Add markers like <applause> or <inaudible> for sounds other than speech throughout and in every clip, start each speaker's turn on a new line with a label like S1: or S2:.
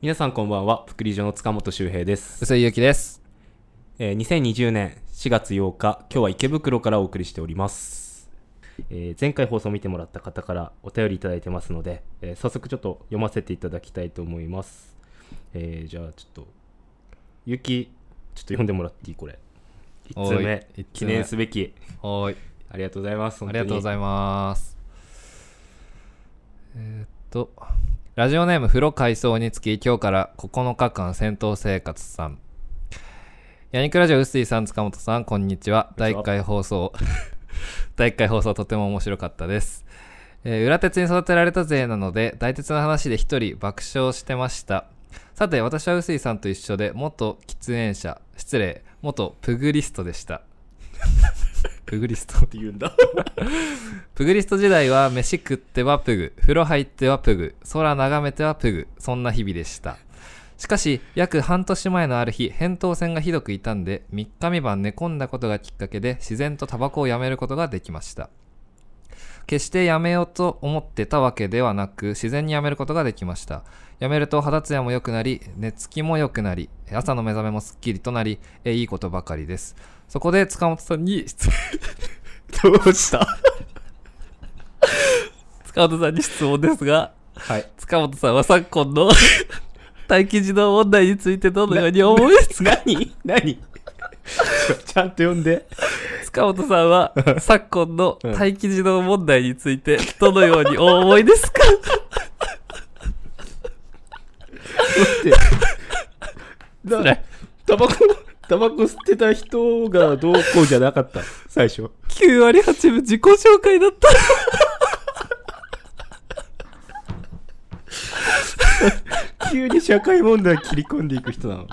S1: 皆さんこんばんは、福利所の塚本周平です。
S2: 薄井ゆうきです。
S1: えー2020年4月8日、今日は池袋からお送りしております。えー前回放送を見てもらった方からお便りいただいてますので、えー早速ちょっと読ませていただきたいと思います。えーじゃあちょっと、ゆき、ちょっと読んでもらっていいこれ。1
S2: おい
S1: 通目
S2: 一通目、
S1: 記念すべき。
S2: はーい。
S1: ありがとうございます。
S2: ありがとうござ
S1: い
S2: います。えーっと、ラジオネーム風呂改装につき、今日から9日間戦闘生活さん。ヤニクラジオ薄井さん、塚本さん、こんにちは。
S1: こんに
S2: 第
S1: ちは
S2: 1回放送。第1回放送とても面白かったです。えー裏鉄に育てられた勢なので、大鉄の話で一人爆笑してました。さて、私は臼井さんと一緒で、元喫煙者、失礼、元プグリスト
S1: <laughs>
S2: でした。プグリスト
S1: って言うんだ。
S2: プグリスト時代は飯食ってはプグ、風呂入ってはプグ、空眺めてはプグ、そんな日々でした。しかし、約半年前のある日、扁桃腺がひどく痛んで、3日3晩寝込んだことがきっかけで、自然とタバコをやめることができました。決してやめようと思ってたわけではなく、自然にやめることができました。やめると肌ツヤも良くなり、寝つきも良くなり、朝の目覚めもすっきりとなり、えいいことばかりです。そこで塚本さんに質問
S1: どうした
S2: 塚本さんに質問ですが、
S1: はい。
S2: 塚本さんは昨今 <laughs> の待機児童問題についてどのように思いますか
S1: <laughs> 何何 <laughs> ちょちゃんと読んで。
S2: 塚本さんは昨今の待機児童問題についてどのようにお思いです <laughs> か <laughs>
S1: って。だ
S2: 辛い
S1: タバコ、タバコ吸ってた人がどうこうじゃなかった、最初。
S2: ?9 割8分自己紹介だった。
S1: 急に社会問題切り込んでいく人
S2: <laughs>
S1: なの。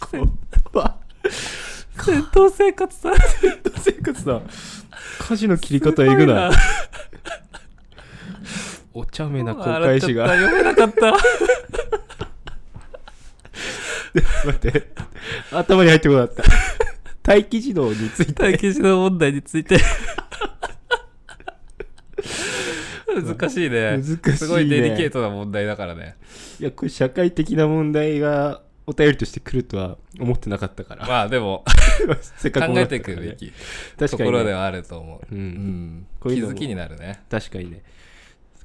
S1: こわ。
S2: 戦闘生活さん。
S1: 生活だ。家事の切り方えぐない。お茶目な公開師が。
S2: 読めなかった。
S1: <laughs> 待って。頭に入ってこなかった。待機児童について。
S2: 待機児童問題につい <laughs> て。難しいね。
S1: 難しいね
S2: すごいデリケートな問題だからね。
S1: いや、これ社会的な問題がお便りとして来るとは思ってなかったから。
S2: まあでも、
S1: <laughs> せっ
S2: <laughs> 考
S1: かくもら
S2: え
S1: った
S2: てい
S1: か
S2: く
S1: らね
S2: べき
S1: 確か
S2: とこ
S1: にね、
S2: ろではあると思う。
S1: うん
S2: うん
S1: こういう
S2: 気
S1: のも
S2: づきになるね。
S1: 確かにね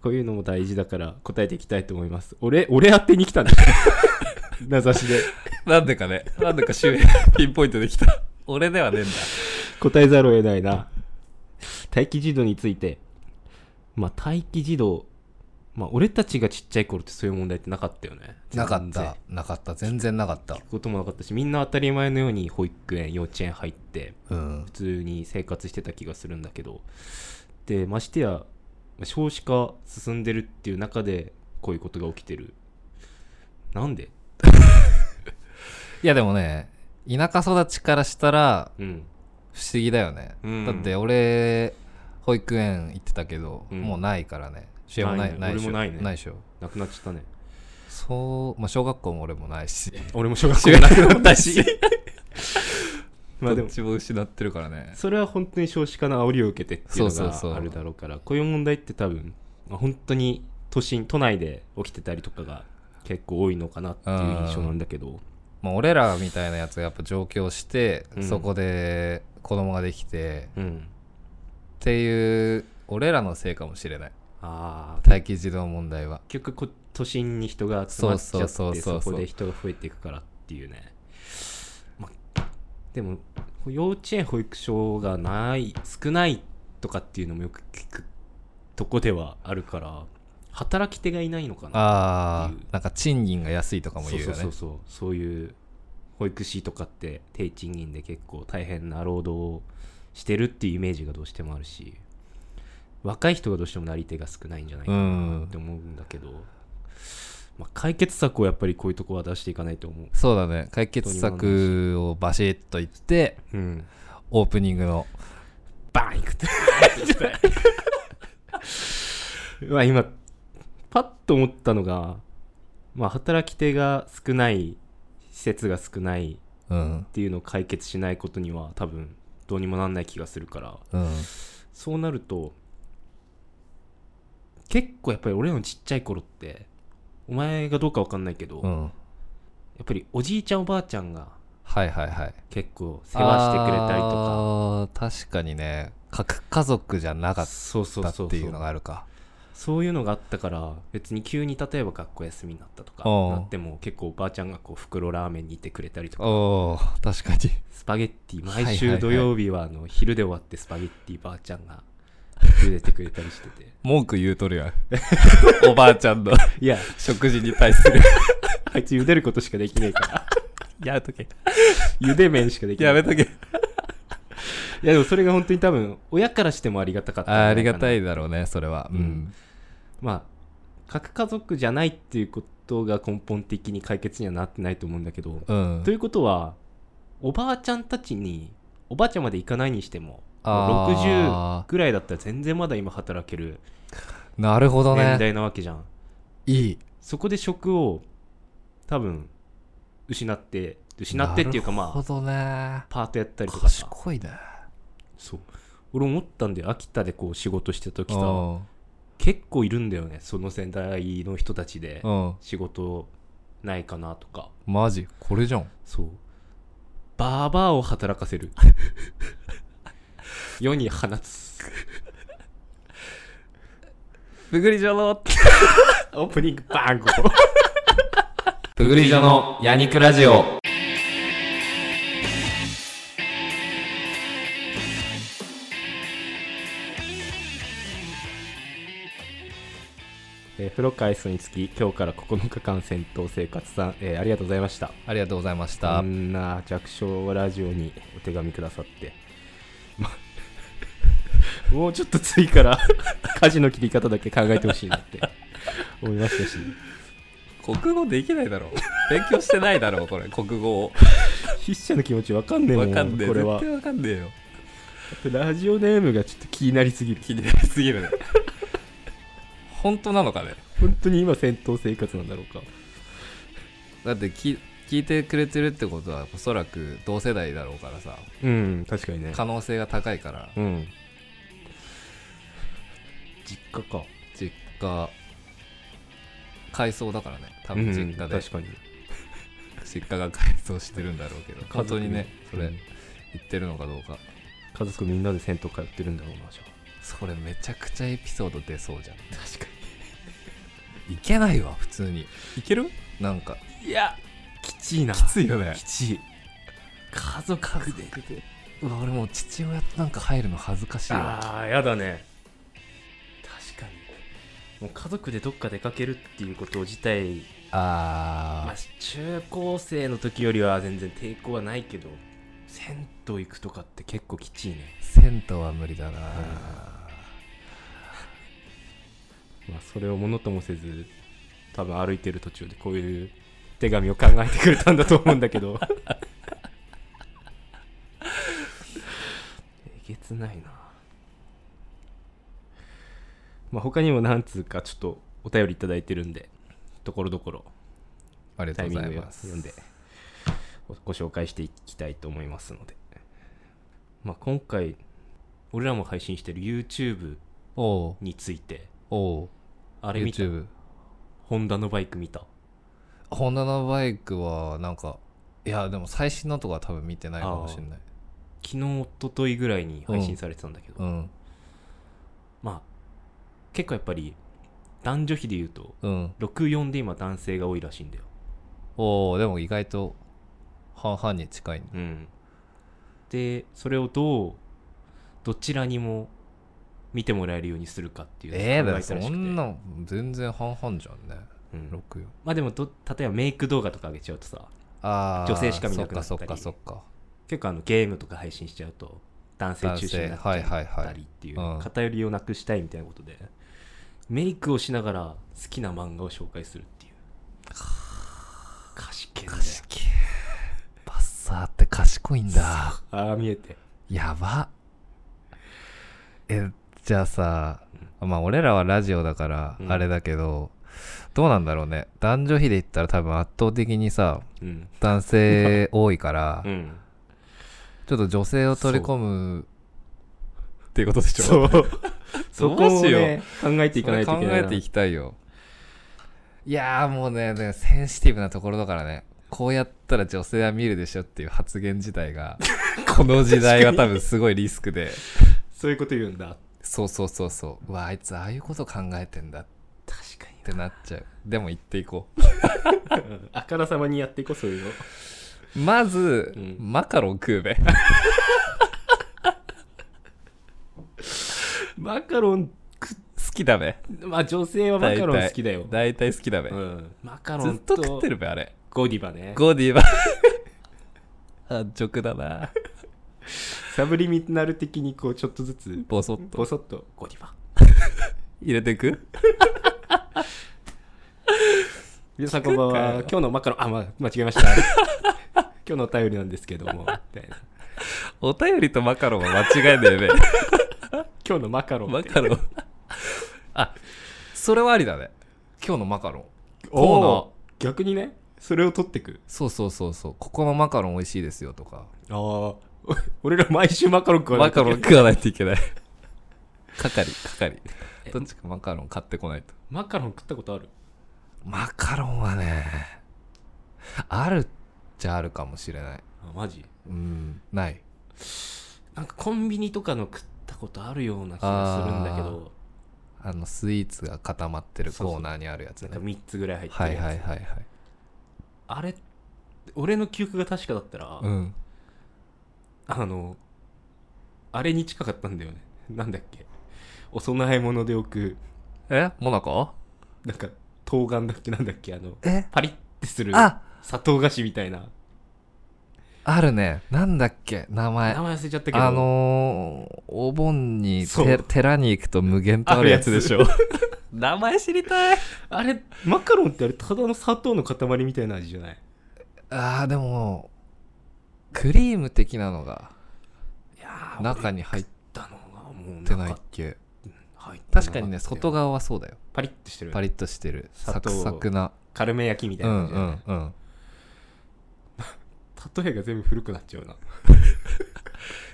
S1: こういうのも大事だから答えていきたいと思います俺俺宛てに来たんだ <laughs> 名指しで
S2: なんでかね、なんでか周辺ピンポイントでき <laughs> た。俺ではねえんだ。
S1: 答えざるを得ないな待機児童についてまあ待機児童まあ俺たちがちっちゃい頃ってそういう問題ってなかったよね
S2: なかっ
S1: 全然
S2: た。なかった。全然なかった
S1: 聞。くこともなかったしみんな当たり前のように保育園幼稚園入って
S2: うん
S1: 普。通に生活してた気がするんだけどでましてや少子化進んでるっていう中でこういうことが起きてるなんで
S2: いやでもね、田舎育ちからしたら
S1: うん
S2: 不思議だよね。
S1: うん
S2: だって俺、保育園行ってたけど、
S1: うん
S2: もうないからね。試合もない、
S1: な
S2: ない
S1: ね
S2: いでしょ。
S1: 俺もないね
S2: でしょ。
S1: なくなっちゃったね
S2: そう、まあ小学校も俺もないし。
S1: 俺も小学
S2: 中学もない <laughs> し。
S1: まあで
S2: どっ
S1: も
S2: ちも失ってるからね。
S1: それは本当に少子化の煽りを受けてっていう
S2: そうそうそ
S1: の
S2: う
S1: があるだろうからこういう問題って多分まあ本当に都心都内で起きてたりとかが結構多いのかなっていう印象なんだけど
S2: まあ、俺らみたいなやつがやっぱ上京して、
S1: うん
S2: そこで子供ができて
S1: う
S2: っ
S1: ん
S2: ていう俺らのせいかもしれない
S1: ああ
S2: 待機児童問題は
S1: 結局こ都心に人が集まっちゃって
S2: そうそうそうそ
S1: そう
S2: そう
S1: こで人が増えていくからっていうね、ま、でも幼稚園保育所がない少ないとかっていうのもよく聞くとこではあるから働き手がいないのかな
S2: あ
S1: っ
S2: あ
S1: ていう
S2: なんか賃金が安いとかも
S1: そう
S2: 言うよ
S1: そう
S2: ね
S1: そうそうそういう保育士とかって低賃金で結構大変な労働をしてるっていうイメージがどうしてもあるし若い人がどうしてもなり手が少ないんじゃないかな
S2: うん
S1: って思うんだけど、まあ、解決策をやっぱりこういうとこは出していかないと思う、
S2: そうだね解決策をバシッと言って
S1: うん、
S2: オープニングの
S1: バーンいくって <laughs> まあ今パッと思ったのが、まあ、働き手が少ない施設が少ない
S2: うん
S1: っていうのを解決しないことには多分どうにもなんない気がするから
S2: うん
S1: そうなると結構やっぱり俺らのちっちゃい頃ってお前がどうかわかんないけど、
S2: う
S1: や
S2: ん
S1: っぱりおじいちゃんおばあちゃんが
S2: はいはいはい
S1: 結構世話してくれたりとか
S2: あー確かにね核家族じゃなかっ
S1: そうそう
S2: た
S1: そうそ
S2: っ
S1: う
S2: ていうのがあるか
S1: そういうのがあったから別に急に例えば学校休みになったとか
S2: うん
S1: なっても結構おばあちゃんがこう袋ラーメンにいてくれたりとか
S2: おー確かに
S1: スパゲッティ
S2: はいはい
S1: 毎
S2: は
S1: 週
S2: い
S1: 土曜日はあの昼で終わってスパゲッティばあちゃんが茹でてくれたりしてて
S2: 文句言うとるやん <laughs> おばあちゃんの
S1: <laughs>
S2: <laughs>
S1: いや
S2: 食事に対す
S1: <laughs>
S2: る
S1: あいつ茹でることしかできねえから <laughs>
S2: やめとけ
S1: 茹で麺しかできない
S2: やめとけ
S1: いやでもそれが本当に多分親からしてもありがたかったんじゃな
S2: ああ
S1: いか
S2: り
S1: な
S2: がたいだろうねそれはう
S1: うんんまあ核家族じゃないっていうことが根本的に解決にはなってないと思うんだけど、
S2: うん
S1: ということはおばあちゃんたちにおばあちゃんまで行かないにしても
S2: あ
S1: 60
S2: ー
S1: ぐらいだったら全然まだ今働ける
S2: なるほど
S1: 年
S2: ね
S1: 代なわけじゃん、
S2: いい
S1: そこで職を多分失って失ってっていうか
S2: な
S1: ま
S2: るほ
S1: あ
S2: どね
S1: パートやったりとかさ
S2: 賢いね
S1: そう俺思ったんで秋田でこう仕事してた時
S2: う
S1: さ
S2: ん
S1: 結構いるんだよねその世代の人たちで
S2: うん
S1: 仕事ないかなとか
S2: マジこれじゃん
S1: そうバーバーを働かせ <laughs> る世に放つ
S2: プグリジョの
S1: <laughs> オープニングバーンゴ <laughs>
S2: プグリジョのヤニクラジオ
S1: えー風呂回数につき今日から9日間戦闘生活さん、えーありがとうございました
S2: ありがとうございました、
S1: こんな弱小ラジオにお手紙くださって、ま <laughs> もうちょっと次から <laughs> 家事の切り方だけ考えてほしいなって思いましたし
S2: 国語できないだろう勉強してないだろうこれ国語
S1: 筆者の気持ちわかんねえも
S2: わ
S1: ん
S2: かんねえ
S1: これ
S2: 絶
S1: は
S2: 対わかんねえよ <laughs>
S1: ラジオネームがちょっと気になりすぎる
S2: 気になりすぎるね本当なのかね
S1: 本当に今戦闘生活なんだろうか
S2: だってき聞いてくれてるってことはおそらく同世代だろうからさ
S1: うん確かにね
S2: 可能性が高いから
S1: うん実家か
S2: 実家改装だからね多
S1: うん
S2: 分実家で、
S1: 確かに
S2: 実家が改装してるんだろうけど
S1: 家
S2: 本
S1: 族
S2: 当
S1: に
S2: にねそれ
S1: うん
S2: 言ってるのかどうか
S1: 家族みんなで銭湯通ってるんだろうなじゃ
S2: それめちゃくちゃエピソード出そうじゃん
S1: あ確か
S2: いけないわ普通にいけるなんか
S1: にいやきちいな
S2: きついよね
S1: きちい家族で
S2: うわ俺もう父親となんか入るの恥ずかしいわ
S1: ああやだね確かにもう家族でどっか出かけるっていうこと自体ま
S2: あ
S1: あ中高生の時よりは全然抵抗はないけど銭湯行くとかって結構きちいね
S2: ー銭湯は無理だな
S1: まあそれをものともせず多分歩いてる途中でこういう手紙を考えてくれたんだと思うんだけどえげつないなまあ他にも何通かちょっとお便りいただいてるんでところどころ
S2: あり
S1: タ
S2: がと
S1: イ
S2: う
S1: ミ
S2: ご
S1: ン
S2: ざ
S1: グ
S2: い
S1: を
S2: ます
S1: 読んでごご紹介していきたいと思いますので、まあ、今回俺らも配信してる YouTube
S2: おう
S1: について
S2: おう
S1: あれ見た
S2: YouTube
S1: ホンダのバイク見た
S2: ホンダのバイクはなんかいやでも最新のとかは多分見てないかもしれない
S1: 昨日一昨日ぐらいに配信されてたんだけど、
S2: うん
S1: まあ結構やっぱり男女比で言うと
S2: うん
S1: 64で今男性が多いらしいんだよ
S2: おおでも意外と半々に近いね
S1: うんでそれをどうどちらにも見てもらえるようにするかっていうのを
S2: ええだ
S1: 考
S2: よ
S1: えた
S2: そ
S1: らしくて
S2: んな全然半々じゃんね
S1: うん
S2: 64
S1: まあでもど例えばメイク動画とか上げちゃうとさ
S2: ああ
S1: 女性しか見なくなったり
S2: そっかそっか
S1: 結構あのゲームとか配信しちゃうと男性中心になっち
S2: 男性はいは
S1: ゃ
S2: いは
S1: った
S2: い
S1: りっていう
S2: うん
S1: 偏りをなくしたいみたいなことでメイクをしながら好きな漫画を紹介するっていう賢いんだよ
S2: そっかバッサーって賢いんだ
S1: ああ見えて
S2: やばえじゃあさまあ俺らはラジオだから
S1: うん
S2: あれだけど、どうなんだろうね男女比で言ったら多分圧倒的にさ
S1: うん
S2: 男性多い <laughs> から、
S1: うん
S2: ちょっと女性を取り込むっていうことでしょ <laughs>
S1: そうそこを、
S2: どうしよう
S1: ね、考えていかないといけない
S2: それ考えていきたいよいやーもうね、ねセンシティブなところだからね、こうやったら女性は見るでしょっていう発言自
S1: <laughs>
S2: 体が、この時代は多分すごいリスクで、
S1: そういうこと言うんだ
S2: そうそうそうそう、うわ、あいつああいうこと考えてんだっ
S1: 確か
S2: てなっちゃう。でも言っていこ
S1: にうんあからさまにやっていこうそういうの
S2: う。まず、
S1: うん
S2: マカロン食うべ。
S1: マカロン
S2: 好きだべ。
S1: まあ女性はマカロン好きだよ
S2: 大体好きだべ。
S1: うん、マカロ
S2: ずっ
S1: ン
S2: と
S1: と
S2: 食ってるべ、あれ。
S1: ゴディバね
S2: ゴディバ。 <laughs> あ、直だな。
S1: サブリミナル的にこうちょっとずつ
S2: ボソッと。
S1: ボソッとゴディバ
S2: 入れてく
S1: 皆さんこんばんは今日のマカロンあ、まあ、間違えました <laughs> 今日のお便りなんですけど
S2: <laughs>
S1: もみたいな
S2: お便りとマカロンは間違いだよ <laughs> ね。
S1: 今日のマカロン
S2: マ
S1: って
S2: カロン。あ、それはありだね。今日のマカロン。コーナー
S1: おー逆にねそれを取ってく
S2: そうそうそうそう。ここのマカロン美味しいですよとか。
S1: ああ <laughs> 俺ら毎週マカロン食わな
S2: マ
S1: いと
S2: カ
S1: いけな
S2: ロン
S1: い
S2: 食わないといけない。係、係。どっちかマカロン買ってこないと。
S1: マカロン食ったことある
S2: マカロンはね、あるっちゃあるかもしれない。
S1: あマジ
S2: うん、ない。
S1: なんかコンビニとかの食ったことあるような気がするんだけど
S2: あの、スイーツが固まってるコーナーにあるやつ
S1: な
S2: ね
S1: んか。3つぐらい入ってる
S2: は
S1: や
S2: い
S1: つ
S2: はいはいはい。
S1: あれ俺の記憶が確かだったら、
S2: うん。
S1: あのあれに近かったんだよねなんだっけお供え物で置く
S2: えモナコ
S1: なんか冬瓜だっけなんだっけあの
S2: え
S1: パリッてする
S2: あ
S1: 砂糖菓子みたいな
S2: あるね。なんだっけ名前
S1: 名。前忘れちゃったけど
S2: あのー、お盆に
S1: そう
S2: て寺に行くと無限とあるやつで
S1: <laughs>
S2: しょ。名前知りたい
S1: あれマカロンってあれただの砂糖の塊みたいな味じゃない
S2: あー、でも、クリーム的なのが
S1: いやー
S2: 中に入っ
S1: 俺食ったのがもう
S2: てないっ
S1: か
S2: け
S1: 入ってなった
S2: 確かにね、外
S1: が
S2: 側はそうだよ。
S1: パリッてしてる
S2: パリッとしてる。
S1: 砂
S2: サ
S1: 糖
S2: クサクな。
S1: 軽め焼きみた
S2: う
S1: いな感
S2: ん
S1: じ
S2: う
S1: だよね
S2: んうん。
S1: 例えが全部古くなっちゃうな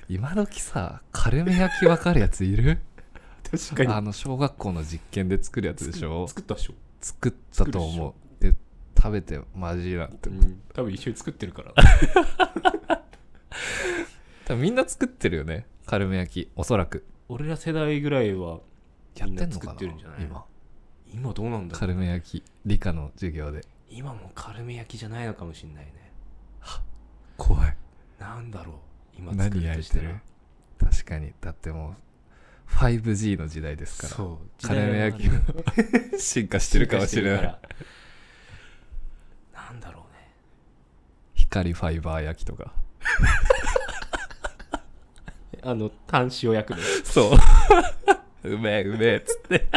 S2: 今時さ、軽め焼きわかるやついる
S1: 確か
S2: あ
S1: に
S2: の、小学校の実験で作るやつでしょ
S1: 作ったでしょ、
S2: 作ったと思う。で、食べてマジなって
S1: う。ん、多分一緒に作ってるから
S2: 多分みんな作ってるよね。軽め焼き。おそらく。
S1: 俺ら世代ぐらいは
S2: やってんの
S1: みんな
S2: か
S1: 作っ
S2: な
S1: てるんじゃない
S2: 今
S1: 今どうなんだろう
S2: 軽め焼き理科の授業で
S1: 今もう軽め焼きじゃないのかもしれないね
S2: 怖い
S1: なんだろう今作
S2: 何
S1: る
S2: 焼
S1: と
S2: い
S1: してた
S2: る
S1: ら
S2: 確かにだってもう 5G の時代ですから
S1: そう
S2: カレー焼きも進化してるかもしれない
S1: い <laughs> なんだろうね
S2: 光ファイバー焼きとか
S1: あの端子を焼くの
S2: そう <laughs> うめえうめえっつって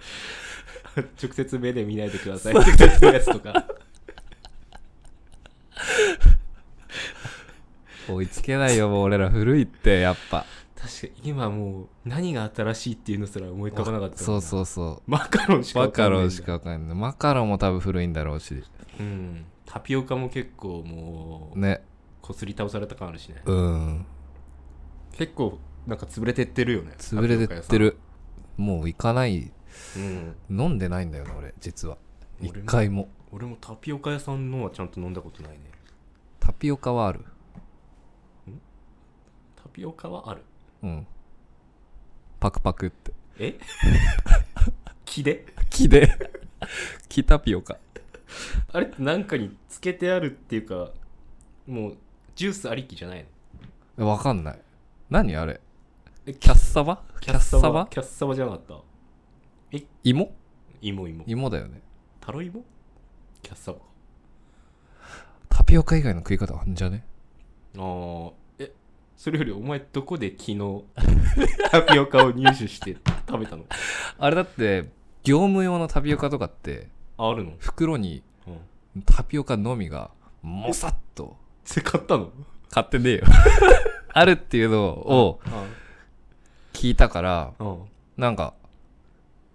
S1: <laughs> 直接目で見ないでください直接のやつと <laughs> か
S2: 追いつけないよもう俺ら古いってやっぱ
S1: 確かに今もう何が新しいっていうのすら思い浮かばなかった
S2: そう
S1: う
S2: そうそ
S1: マカロンし
S2: う
S1: か
S2: マ
S1: わ
S2: カ
S1: んないん
S2: ロ
S1: だ
S2: ンしかわかんないマカロンも多分古いんだろうし
S1: うんタピオカも結構もう
S2: ね
S1: こすり倒された感あるしね
S2: うん
S1: 結構なんか潰れてってるよね
S2: 潰れてってるもう行かない
S1: タピオカ屋さんうん
S2: 飲んでないんだよな俺実は
S1: 俺
S2: 一
S1: も
S2: 回も
S1: 俺もタピオカ屋さんのはちゃんと飲んだことないね
S2: タピオカはある
S1: タピオカはある
S2: うんパクパクって <laughs>
S1: え <laughs> 木で
S2: 木で <laughs> 木タピオカ
S1: あれってなんかにつけてあるっていうかもうジュースありきじゃないの
S2: わかんない何あれ
S1: え
S2: キャッサバキャッサバ
S1: キャッサバじゃなかった
S2: 芋
S1: 芋芋
S2: 芋だよね
S1: タロイモキャッサバか
S2: タピオカ以外の食い方あんじゃね
S1: あーえそれよりお前どこで昨日 <laughs> タピオカを入手して食べた
S2: <laughs>
S1: の
S2: あれだって業務用のタピオカとかって
S1: ああるの、うん、
S2: 袋にタピオカのみがもさっと
S1: それ買ったの
S2: 買ってねえよ
S1: <laughs>
S2: あるっていうのを
S1: あ
S2: 聞いたから
S1: あうん
S2: なんか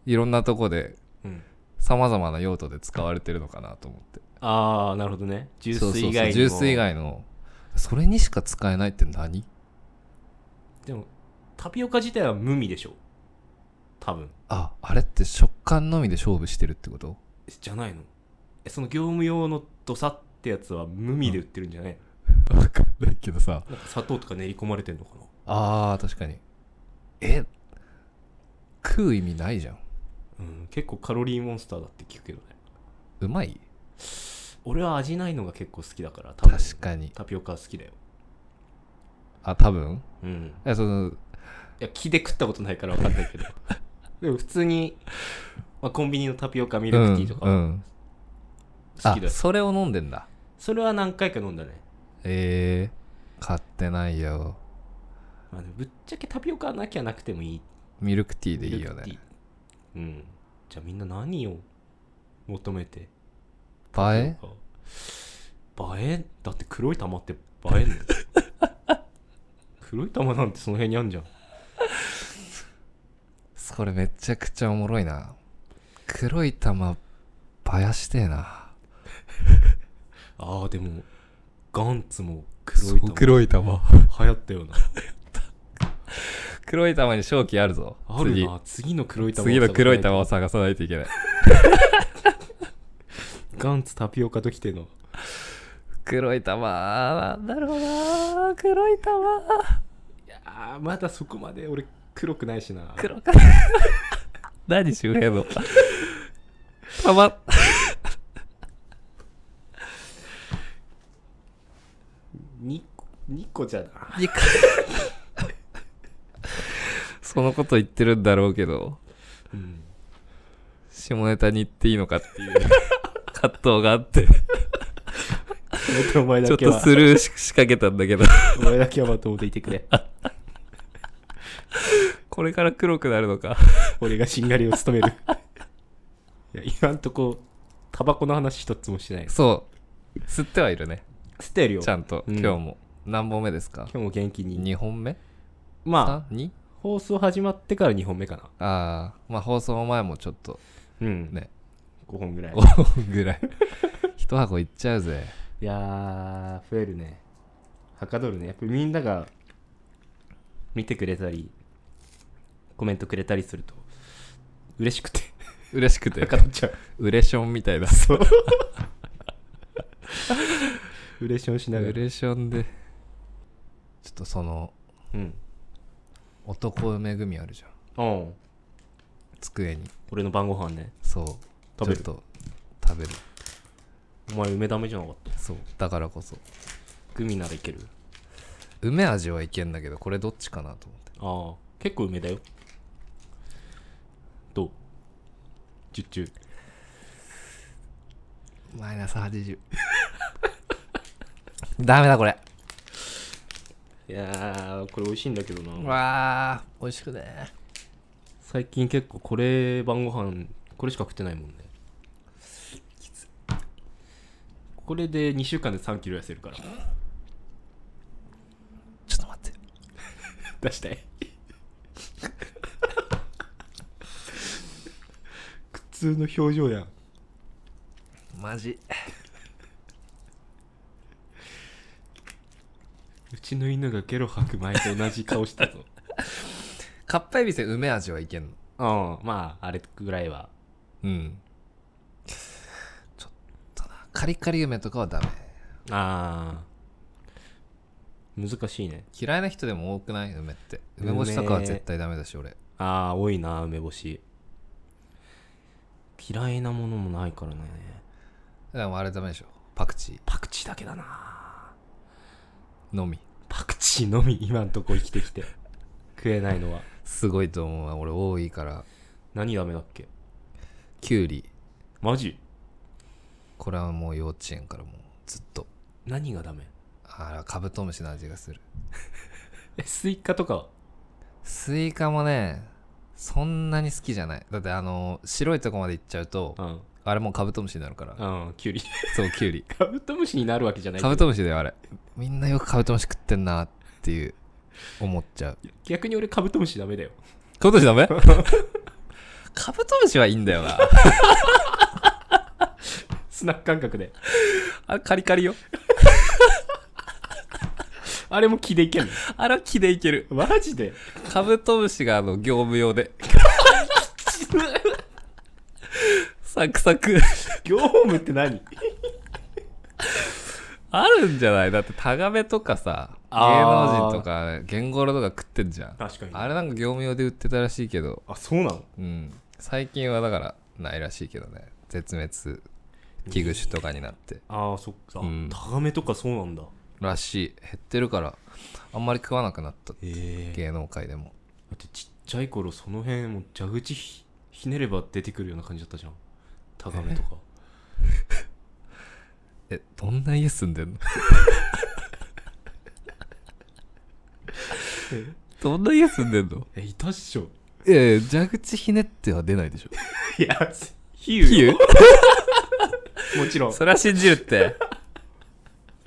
S2: いろんなとこで
S1: うん
S2: さまざまな用途で使われてるのかなと思って
S1: ああなるほどねジュース以外にも
S2: そうそうそうジュース以外のそれにしか使えないって何
S1: でもタピオカ自体は無味でしょ多分
S2: ああれって食感のみで勝負してるってこと
S1: じゃないのえその業務用のドサってやつは無味で売ってるんじゃない、
S2: わかんないけどさ
S1: なんか砂糖とか練り込まれてんのかな
S2: あー確かにえ食う意味ないじゃん
S1: うん結構カロリーモンスターだって聞くけどね
S2: うまい
S1: 俺は味ないのが結構好きだから多分
S2: 確かに
S1: タピオカは好きだよ
S2: あ多分
S1: うん
S2: いやその
S1: いや木で食ったことないから分かん
S2: <laughs>
S1: ないけどでも普通に、まあ、コンビニのタピオカミルクティーとか
S2: うん、
S1: は
S2: うん
S1: 好きだ
S2: あ
S1: し、
S2: それを飲んでんだ
S1: それは何回か飲んだね、
S2: えー、買ってないよ
S1: まあねぶっちゃけタピオカなきゃなくてもいい
S2: ミルクティーでいいよ
S1: ミルクティ
S2: ね
S1: ーうんじゃあみんな何を求めて
S2: 映え
S1: タピオカ映えだって黒い玉って映えんの
S2: <laughs>
S1: 黒い玉なんてその辺にあんじゃん
S2: それめちゃくちゃおもろいな黒い玉ばやしてえな
S1: あーでもガンツも黒い玉
S2: い玉
S1: 流行ったよな
S2: 黒い玉に正気あるぞ
S1: あるな次の黒い玉を
S2: 次の黒い
S1: 探さな
S2: 玉を探さないといけない
S1: とガンツタピオカときての
S2: 黒い玉なんだろうな黒い玉
S1: いやーまだそこまで俺黒くないしな
S2: 黒か <laughs> 何周辺の玉
S1: 2個2個じゃな
S2: そのこと言ってるんだろうけど
S1: うん
S2: 下ネタに行っていいのかっていう葛藤があって
S1: お前
S2: ちょ
S1: だ
S2: っ
S1: け
S2: と
S1: は
S2: スルーし仕掛けたん
S1: <laughs>
S2: だけど
S1: お前だけはまともでいて
S2: <laughs>
S1: くれ
S2: これから黒くなるのか
S1: 俺がしんがりを務めるいや今んとこタバコの話一つもしてないです
S2: そう吸ってはいるね
S1: 捨てるよ
S2: ちゃんと
S1: うん
S2: 今日も何本目ですか
S1: 今日も元気に
S2: 2本目
S1: まあ
S2: ?3?2?
S1: 放送始まってから2本目かな
S2: ああまあ放送前もちょっ
S1: <laughs>
S2: と
S1: うん
S2: ね
S1: 5本ぐらい
S2: <laughs> 5本ぐらい一箱いっちゃうぜ
S1: いやー増えるねはかどるねやっぱりみんなが見てくれたりコメントくれたりすると嬉しくて
S2: 嬉しくて
S1: はかどっちゃう
S2: ウレションみたいだ
S1: 嬉しょんしなが
S2: ウ
S1: ら
S2: レションでちょっとその
S1: うん
S2: 男梅組あるじゃん
S1: うん
S2: 机に
S1: 俺の晩ご飯ね
S2: そう
S1: 食べる
S2: ちょっと食べる
S1: お前梅ダメじゃなかった
S2: そうだからこそ
S1: グミならいける
S2: 梅味はいけんだけどこれどっちかなと思って
S1: ああ結構梅だよどう10中
S2: マイナス80 <laughs> ダメだこれ
S1: いやーこれ美味しいんだけど
S2: う
S1: な
S2: わー美味しくね
S1: 最近結構これ晩ご飯これしか食ってないもんねこれで2週間で3キロ痩せるから
S2: ちょっと待って
S1: 出した <laughs> い苦痛の表情やん
S2: マジ
S1: うちの犬がゲロ吐く前と同じ顔したぞ
S2: かっぱえびせん梅味はいけんの
S1: <laughs> うんまああれぐらいは
S2: うんちょっとなカリカリ梅とかはダメ
S1: あー難しいね
S2: 嫌いな人でも多くない梅って梅干しとかは絶対ダメだし俺
S1: ああ多いな梅干し嫌いなものもないからね
S2: でもあれダメでしょパクチ
S1: パクチーだけだな
S2: ーのみ
S1: パクチーのみ今んとこ生きてきて食えないのは
S2: すごいと思うわ俺多いから
S1: 何ダメだっけ
S2: きゅうり
S1: マジ
S2: これはもう幼稚園からもうずっと
S1: 何がダメ
S2: あらカブトムシの味がする
S1: えスイカとかは
S2: スイカもねそんなに好きじゃないだってあの白いとこまで行っちゃうと
S1: うん
S2: あれもうカブトムシになるから
S1: うんキュウリ <laughs>
S2: そうきゅう <laughs> り
S1: カブトムシになるわけじゃないけ
S2: カ
S1: ど
S2: ブトムシだよあれみんなよくカブトムシ食ってんなっていう思っちゃう
S1: 逆に俺カブトムシダメだよ
S2: カブトムシダメ <laughs> カブトムシはいいんだよな
S1: スナック感覚で
S2: <laughs> あれカリカリよ
S1: あれも木でいけんの
S2: あれは木でいける
S1: <laughs> マジで
S2: カ <laughs> ブトムシがあの業務用でサクサク
S1: 業務って何
S2: あるんじゃないだってタガメとかさ芸
S1: あー
S2: 能人とかゲンゴロとか食ってんじゃん
S1: 確かに
S2: あれなんか業務用で売ってたらしいけど
S1: あそうなの
S2: うん最近はだからないらしいけどね絶滅危惧種とかになって
S1: ああそっか、
S2: うん
S1: タガメとかそうなんだ
S2: らしい減ってるからあんまり食わなくなった
S1: え
S2: 芸能界でも
S1: だってちっちゃい頃その辺もう蛇口ひひねれば出てくるような感じだったじゃんタガメとか
S2: えどんな家住んでんの <laughs> どんな家住んでんの
S1: えいたっしょ
S2: いやいや蛇口ひねっては出ないでしょ
S1: <laughs> いや比喩よもちろん
S2: それは信じるって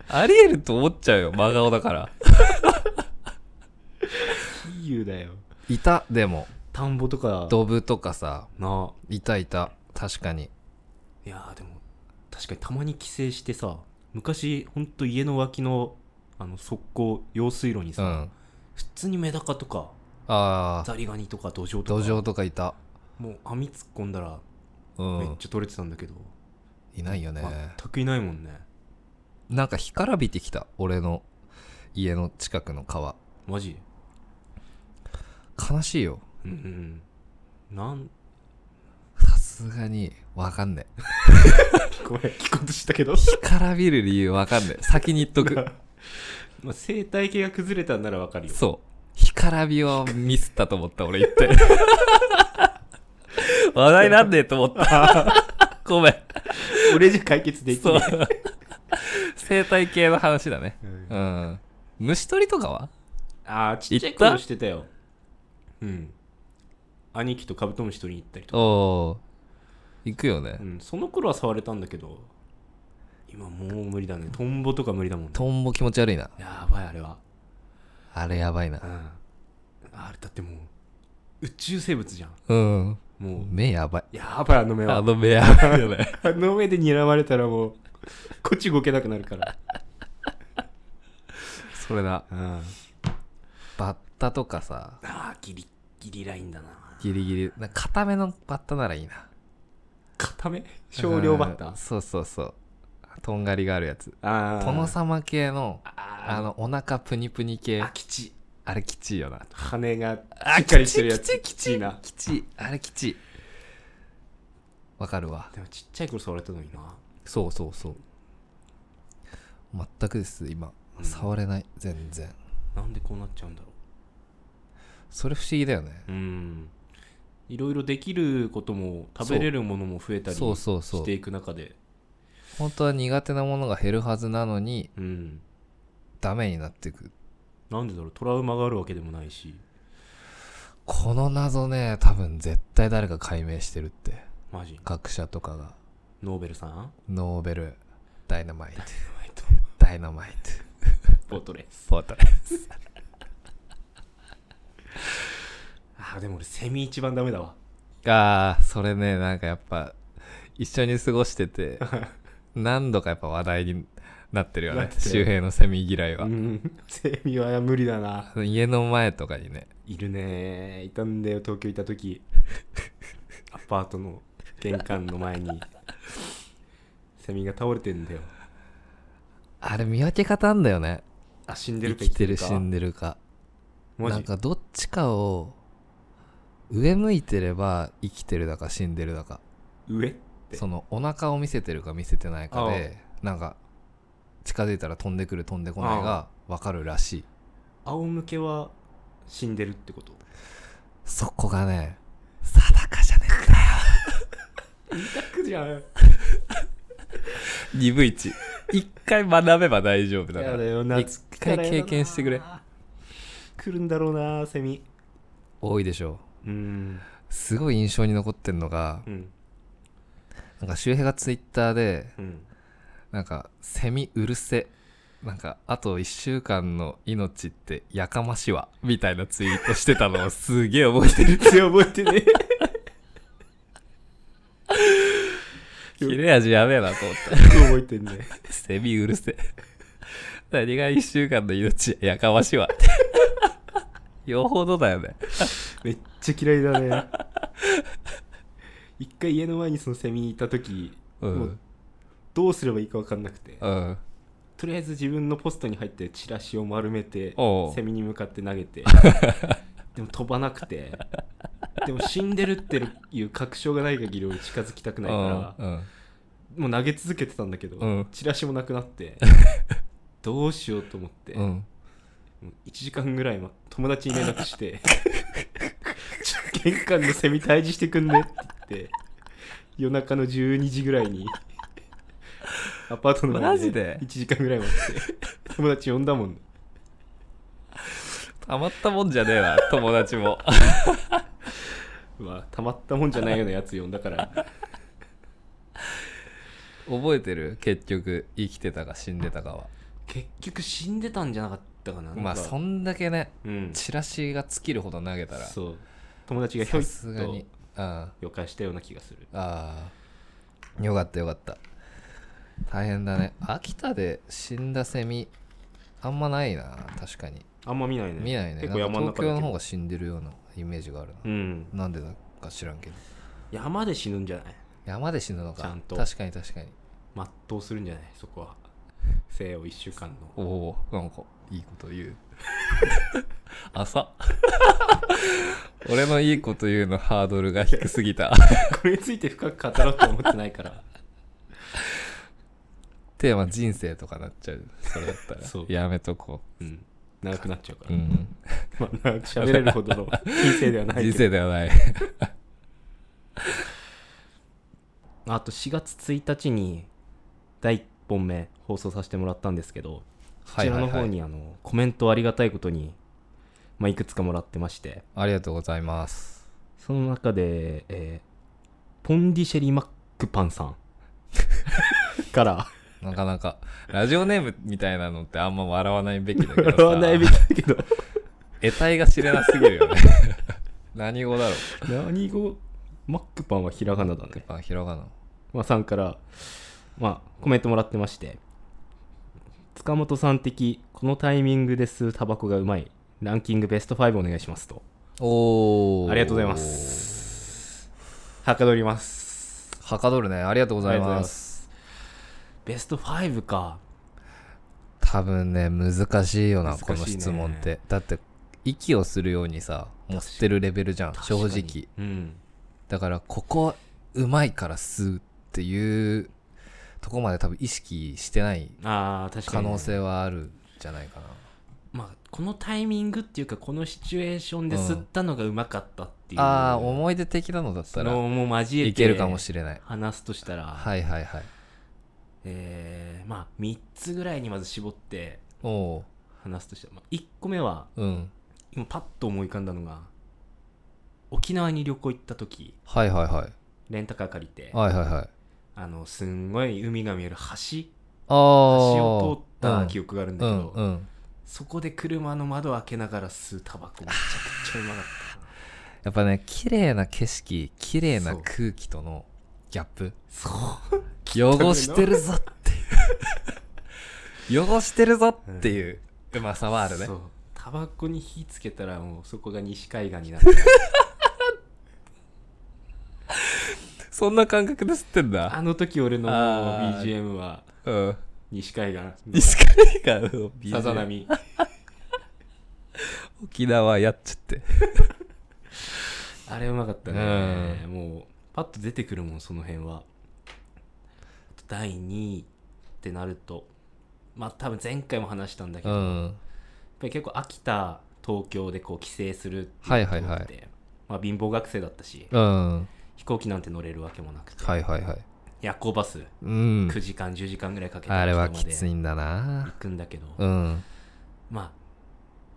S2: ありえると思っちゃうよ真顔だから
S1: 比喩だよ
S2: いたでも
S1: 田んぼとか
S2: ドブとかさ
S1: なあ
S2: いたいた確かに
S1: いやーでも確かにたまに帰省してさ昔ほんと家の脇のあの側溝用水路に
S2: う
S1: さ、
S2: ん
S1: 普通にメダカとか
S2: ああ
S1: ザリガニとか土壌
S2: 土
S1: とか
S2: 壌とかいた
S1: もう網突っ込んだら
S2: う
S1: めっ
S2: ん
S1: ちゃ取れてたんだけど、
S2: いないよね
S1: 全くいないもんね
S2: なんか干からびてきた俺の家の近くの川
S1: マジ
S2: 悲しいよ
S1: うんうんうんなん
S2: さすがにわかんねえ
S1: ごめん聞こうとした
S2: <laughs>
S1: けど
S2: 干からびる理由わかんねえ先に言っとく
S1: <laughs> まあ生態系が崩れたんならわかるよ
S2: そう干からびをミスったと思った俺言って
S1: <laughs>
S2: 話題なんねえと思った
S1: <laughs>
S2: ごめん
S1: 俺じゃ解決でき
S2: そう
S1: ない
S2: 生態系の話だね
S1: うん
S2: うん虫取りとかは
S1: ああちっちゃい
S2: 行った
S1: 頃してたようん兄貴とカブトムシ取りに行ったりとか
S2: おおー行くよね
S1: うん、その頃は触れたんだけど今もう無理だねトンボとか無理だもんね
S2: トンボ気持ち悪いな
S1: やばいあれは
S2: あれやばいな
S1: うんあれだってもう宇宙生物じゃん
S2: うん
S1: も
S2: 目やばいう
S1: やばいあの目
S2: あ
S1: は
S2: の目やばいよ
S1: <laughs>
S2: ね
S1: あの目で睨まれたらもうこっち動けなくなるから
S2: それだ
S1: うんあ
S2: バッタとかさ
S1: あギリギリラインだな
S2: ギリギリなんか固めのバッタならいいな
S1: 固め少量バッタ
S2: う
S1: ー
S2: んそうそうそうとんがりがあるやつ
S1: ああ
S2: 殿様系のあ
S1: あ
S2: のお腹プニプニ系
S1: あ
S2: あ
S1: 空き地
S2: れきちいよな
S1: 羽がしっかりしてるやつ
S2: あきち
S1: き
S2: い
S1: ちいな
S2: きちいあれきちいわかるわ
S1: でもちっちゃい頃触れたのにな
S2: そうそうそう全くです今
S1: うん
S2: 触れない全然
S1: なんでこうなっちゃうんだろう
S2: それ不思議だよね
S1: うんいろいろできることも食べれるものも増えたり
S2: そう
S1: し
S2: そうそう
S1: ていく中で
S2: 本当は苦手なものが減るはずなのに
S1: うん
S2: ダメになっていく
S1: なんでだろうトラウマがあるわけでもないし
S2: この謎ね多分絶対誰か解明してるって
S1: マジ
S2: 学者とかが
S1: ノーベルさん
S2: ノーベルダイナマイト
S1: えっと
S2: ダイナマイト
S1: ボートレ
S2: ポートレ
S1: あーでも俺セミ一番ダメだわ
S2: あーそれねなんかやっぱ一緒に過ごして
S1: <laughs>
S2: て何度かやっぱ話題になってるよ
S1: なっ
S2: ね
S1: てる
S2: 周平のセミ嫌いは
S1: う、 <laughs> んセミは無理だな
S2: 家の前とかにね
S1: いるねいたんだよ東京いた時 <laughs> アパートの玄関の前 <laughs> にセミが倒れてんだよ
S2: あれ見分け方あんだよね
S1: あ死んで
S2: 生
S1: るか
S2: きてる
S1: か
S2: 死んでるか
S1: マ
S2: な
S1: ジ
S2: んかどっちかを上向いてれば生きてるだか死んでるだか
S1: 上
S2: そのお腹を見せてるか見せてないかでなんか近づいたら飛んでくる飛んでこないが分かるらしい
S1: 仰向けは死んでるってこと
S2: そこがね定かじゃねえんだよ
S1: 楽じゃん
S2: 鈍いち一回学べば大丈夫だか
S1: やだ
S2: ら
S1: よ
S2: 一
S1: 夏
S2: 回
S1: からやだ
S2: 経
S1: な
S2: 験してくれ
S1: 来るんだろうなセミ
S2: 多いでしょ
S1: うーん
S2: うすごい印象に残ってんのが
S1: うん
S2: なんか周平がツイッターで
S1: うん
S2: なんかセミうるせなんかあと1週間の命ってやかましわみたいなツイートしてた <laughs> のをすげえ覚えてる
S1: 全然覚えて
S2: <laughs>
S1: ね
S2: 切れ味やべえなと思っ
S1: え
S2: た
S1: 覚えてんね
S2: セミうるせえ。何が一週間の命やかましい <laughs> わ。よほどだよね。 <laughs>
S1: めっちゃ嫌いだね一回家の前にそのセミに行った時、
S2: う
S1: も
S2: ん
S1: うどうすればいいか分かんなくて、
S2: うん
S1: とりあえず自分のポストに入ってるチラシを丸めて
S2: おう
S1: セミに向かって投げ
S2: <laughs>
S1: てでも飛ばなくてでも死んでるっていう確証がない限り俺近づきたくないから
S2: うん
S1: もう投げ続けてたんだけど、
S2: うん
S1: チラシもなくなって
S2: <laughs>
S1: どうしようと思って、
S2: う
S1: も
S2: ん
S1: う1時間ぐらいま友達に連絡してちょ「玄関のセミ退治してくんね」って言って夜中の12時ぐらいにアパートの
S2: マ
S1: 前
S2: ジ
S1: で
S2: で
S1: 1時間ぐらい待って友達呼んだもん
S2: たまったもんじゃねえわ友達も
S1: まあたまったもんじゃないようなやつ呼んだから
S2: 覚えてる結局生きてたか死んでたかは
S1: 結局死んでたんじゃなかったかな
S2: まあそ
S1: んか
S2: んだけね
S1: うん
S2: チラシが尽きるほど投げたら
S1: そう友達がひょ
S2: さ
S1: いっ
S2: すがに
S1: と
S2: あ
S1: 予感したような気がする
S2: あーよかったよかった大変だね秋田で死んだセミあんまないな確かに
S1: あんま見ないね
S2: 見ないね
S1: 結構山の
S2: なん
S1: 中
S2: か東京の
S1: だけ
S2: 方が死んでるようなイメージがあるな、
S1: うん
S2: なんでだか知らんけど
S1: 山で死ぬんじゃない
S2: 山で死ぬのか
S1: ちゃんと
S2: 確かに確かに
S1: 全うするんじゃないそ <laughs> こは生を1週間の
S2: おおなんかいいこと言う浅俺のいいこと言うのハードルが低すぎた
S1: これについて深く語ろうと思ってないから
S2: テーマ人生とかなっちゃうそれだったら
S1: <laughs> そう
S2: やめとこ
S1: <laughs> うん長くなっちゃうか
S2: う、
S1: ら、
S2: うん、
S1: まあ長く喋れるほどの人生ではない
S2: 人
S1: けど
S2: 生ではない
S1: あと4月1日に第1本目放送させてもらったんですけどこ
S2: は
S1: ち
S2: い
S1: ら
S2: はい
S1: の
S2: は
S1: 方
S2: い
S1: にあのコメントをありがたいことに、まあ、いくつかもらってまして
S2: ありがとうございます
S1: その中で、えーポンディシェリーマックパンさ <laughs> んから
S2: なかなかラジオネームみたいなのってあんま笑わないべきだけどさ
S1: <laughs> 笑わないべきだけど
S2: 得体が知れなすぎるよね <laughs> 何語だろう
S1: 何語マックパンはひらがなだね、
S2: あひらがな
S1: まあ、さんから、まあ、コメントもらってまして塚本さん的このタイミングで吸うタバコがうまいランキングベスト5お願いしますと
S2: お
S1: ありがとうございますはかどります
S2: はかどるねありがとうござい
S1: ありがとうござい
S2: ま
S1: ますベスト5か
S2: 多分ね難しいよな
S1: 難しい
S2: こ
S1: ね
S2: の質問ってだって息をするようにさ持ってるレベルじゃん正直
S1: うん
S2: だからここうまいから吸うっていうとこまで多分意識してない
S1: あー確か
S2: 可
S1: にね、
S2: 能性はあるんじゃないかな、
S1: まあこのタイミングっていうかこのシチュエーションで吸ったのがうまかったっていう、
S2: ああ思い出的なのだった
S1: そ
S2: ら
S1: のも交えて
S2: いけるかもしれない
S1: 話すとしたら、
S2: はいはいはい
S1: えーまあ3つぐらいにまず絞って
S2: おお
S1: 話すとしたら、まあ、1個目は
S2: ううん
S1: 今パッと思い浮かんだのが沖縄に旅行行った時
S2: はいはいはい
S1: レンタカー借りてあ
S2: はいはいはい
S1: のすんごい海が見える橋
S2: ああ
S1: 橋を通った記憶があるんだ
S2: う
S1: けど、
S2: んうん、うん、
S1: そこで車の窓を開けながら吸うタバコめちゃくちゃうまかっ
S2: やっぱね綺麗な景色綺麗な空気とのギャップ
S1: たな
S2: 汚してるぞっていう <laughs> 汚してるぞっていううまさはあるね
S1: そうタバコに火つけたらもうそこが西海岸になって
S2: <laughs>
S1: る
S2: そんな感覚で吸ってんだ
S1: あの時俺のもう
S2: あー
S1: BGM は
S2: うん
S1: 西海岸の
S2: <laughs> 西海岸のビ
S1: さざ
S2: ール
S1: 波
S2: 沖縄やっちゃって
S1: あれうまかったねもうパッと出てくるもんその辺はあと第2位ってなるとまあ多分前回も話したんだけ
S2: う
S1: ど、やっ
S2: ん
S1: ぱり結構秋田東京でこう帰省するって
S2: はい
S1: いう
S2: はい
S1: こと
S2: はい
S1: ってまあ貧乏学生だったし
S2: うんは
S1: 飛行機なんて乗れるわけもなくて
S2: いはいはい
S1: 夜行バス
S2: うん
S1: 9時間10時間ぐらいかけて
S2: あれはき
S1: い
S2: ついんだな
S1: 行くんだけど、
S2: うん
S1: まあ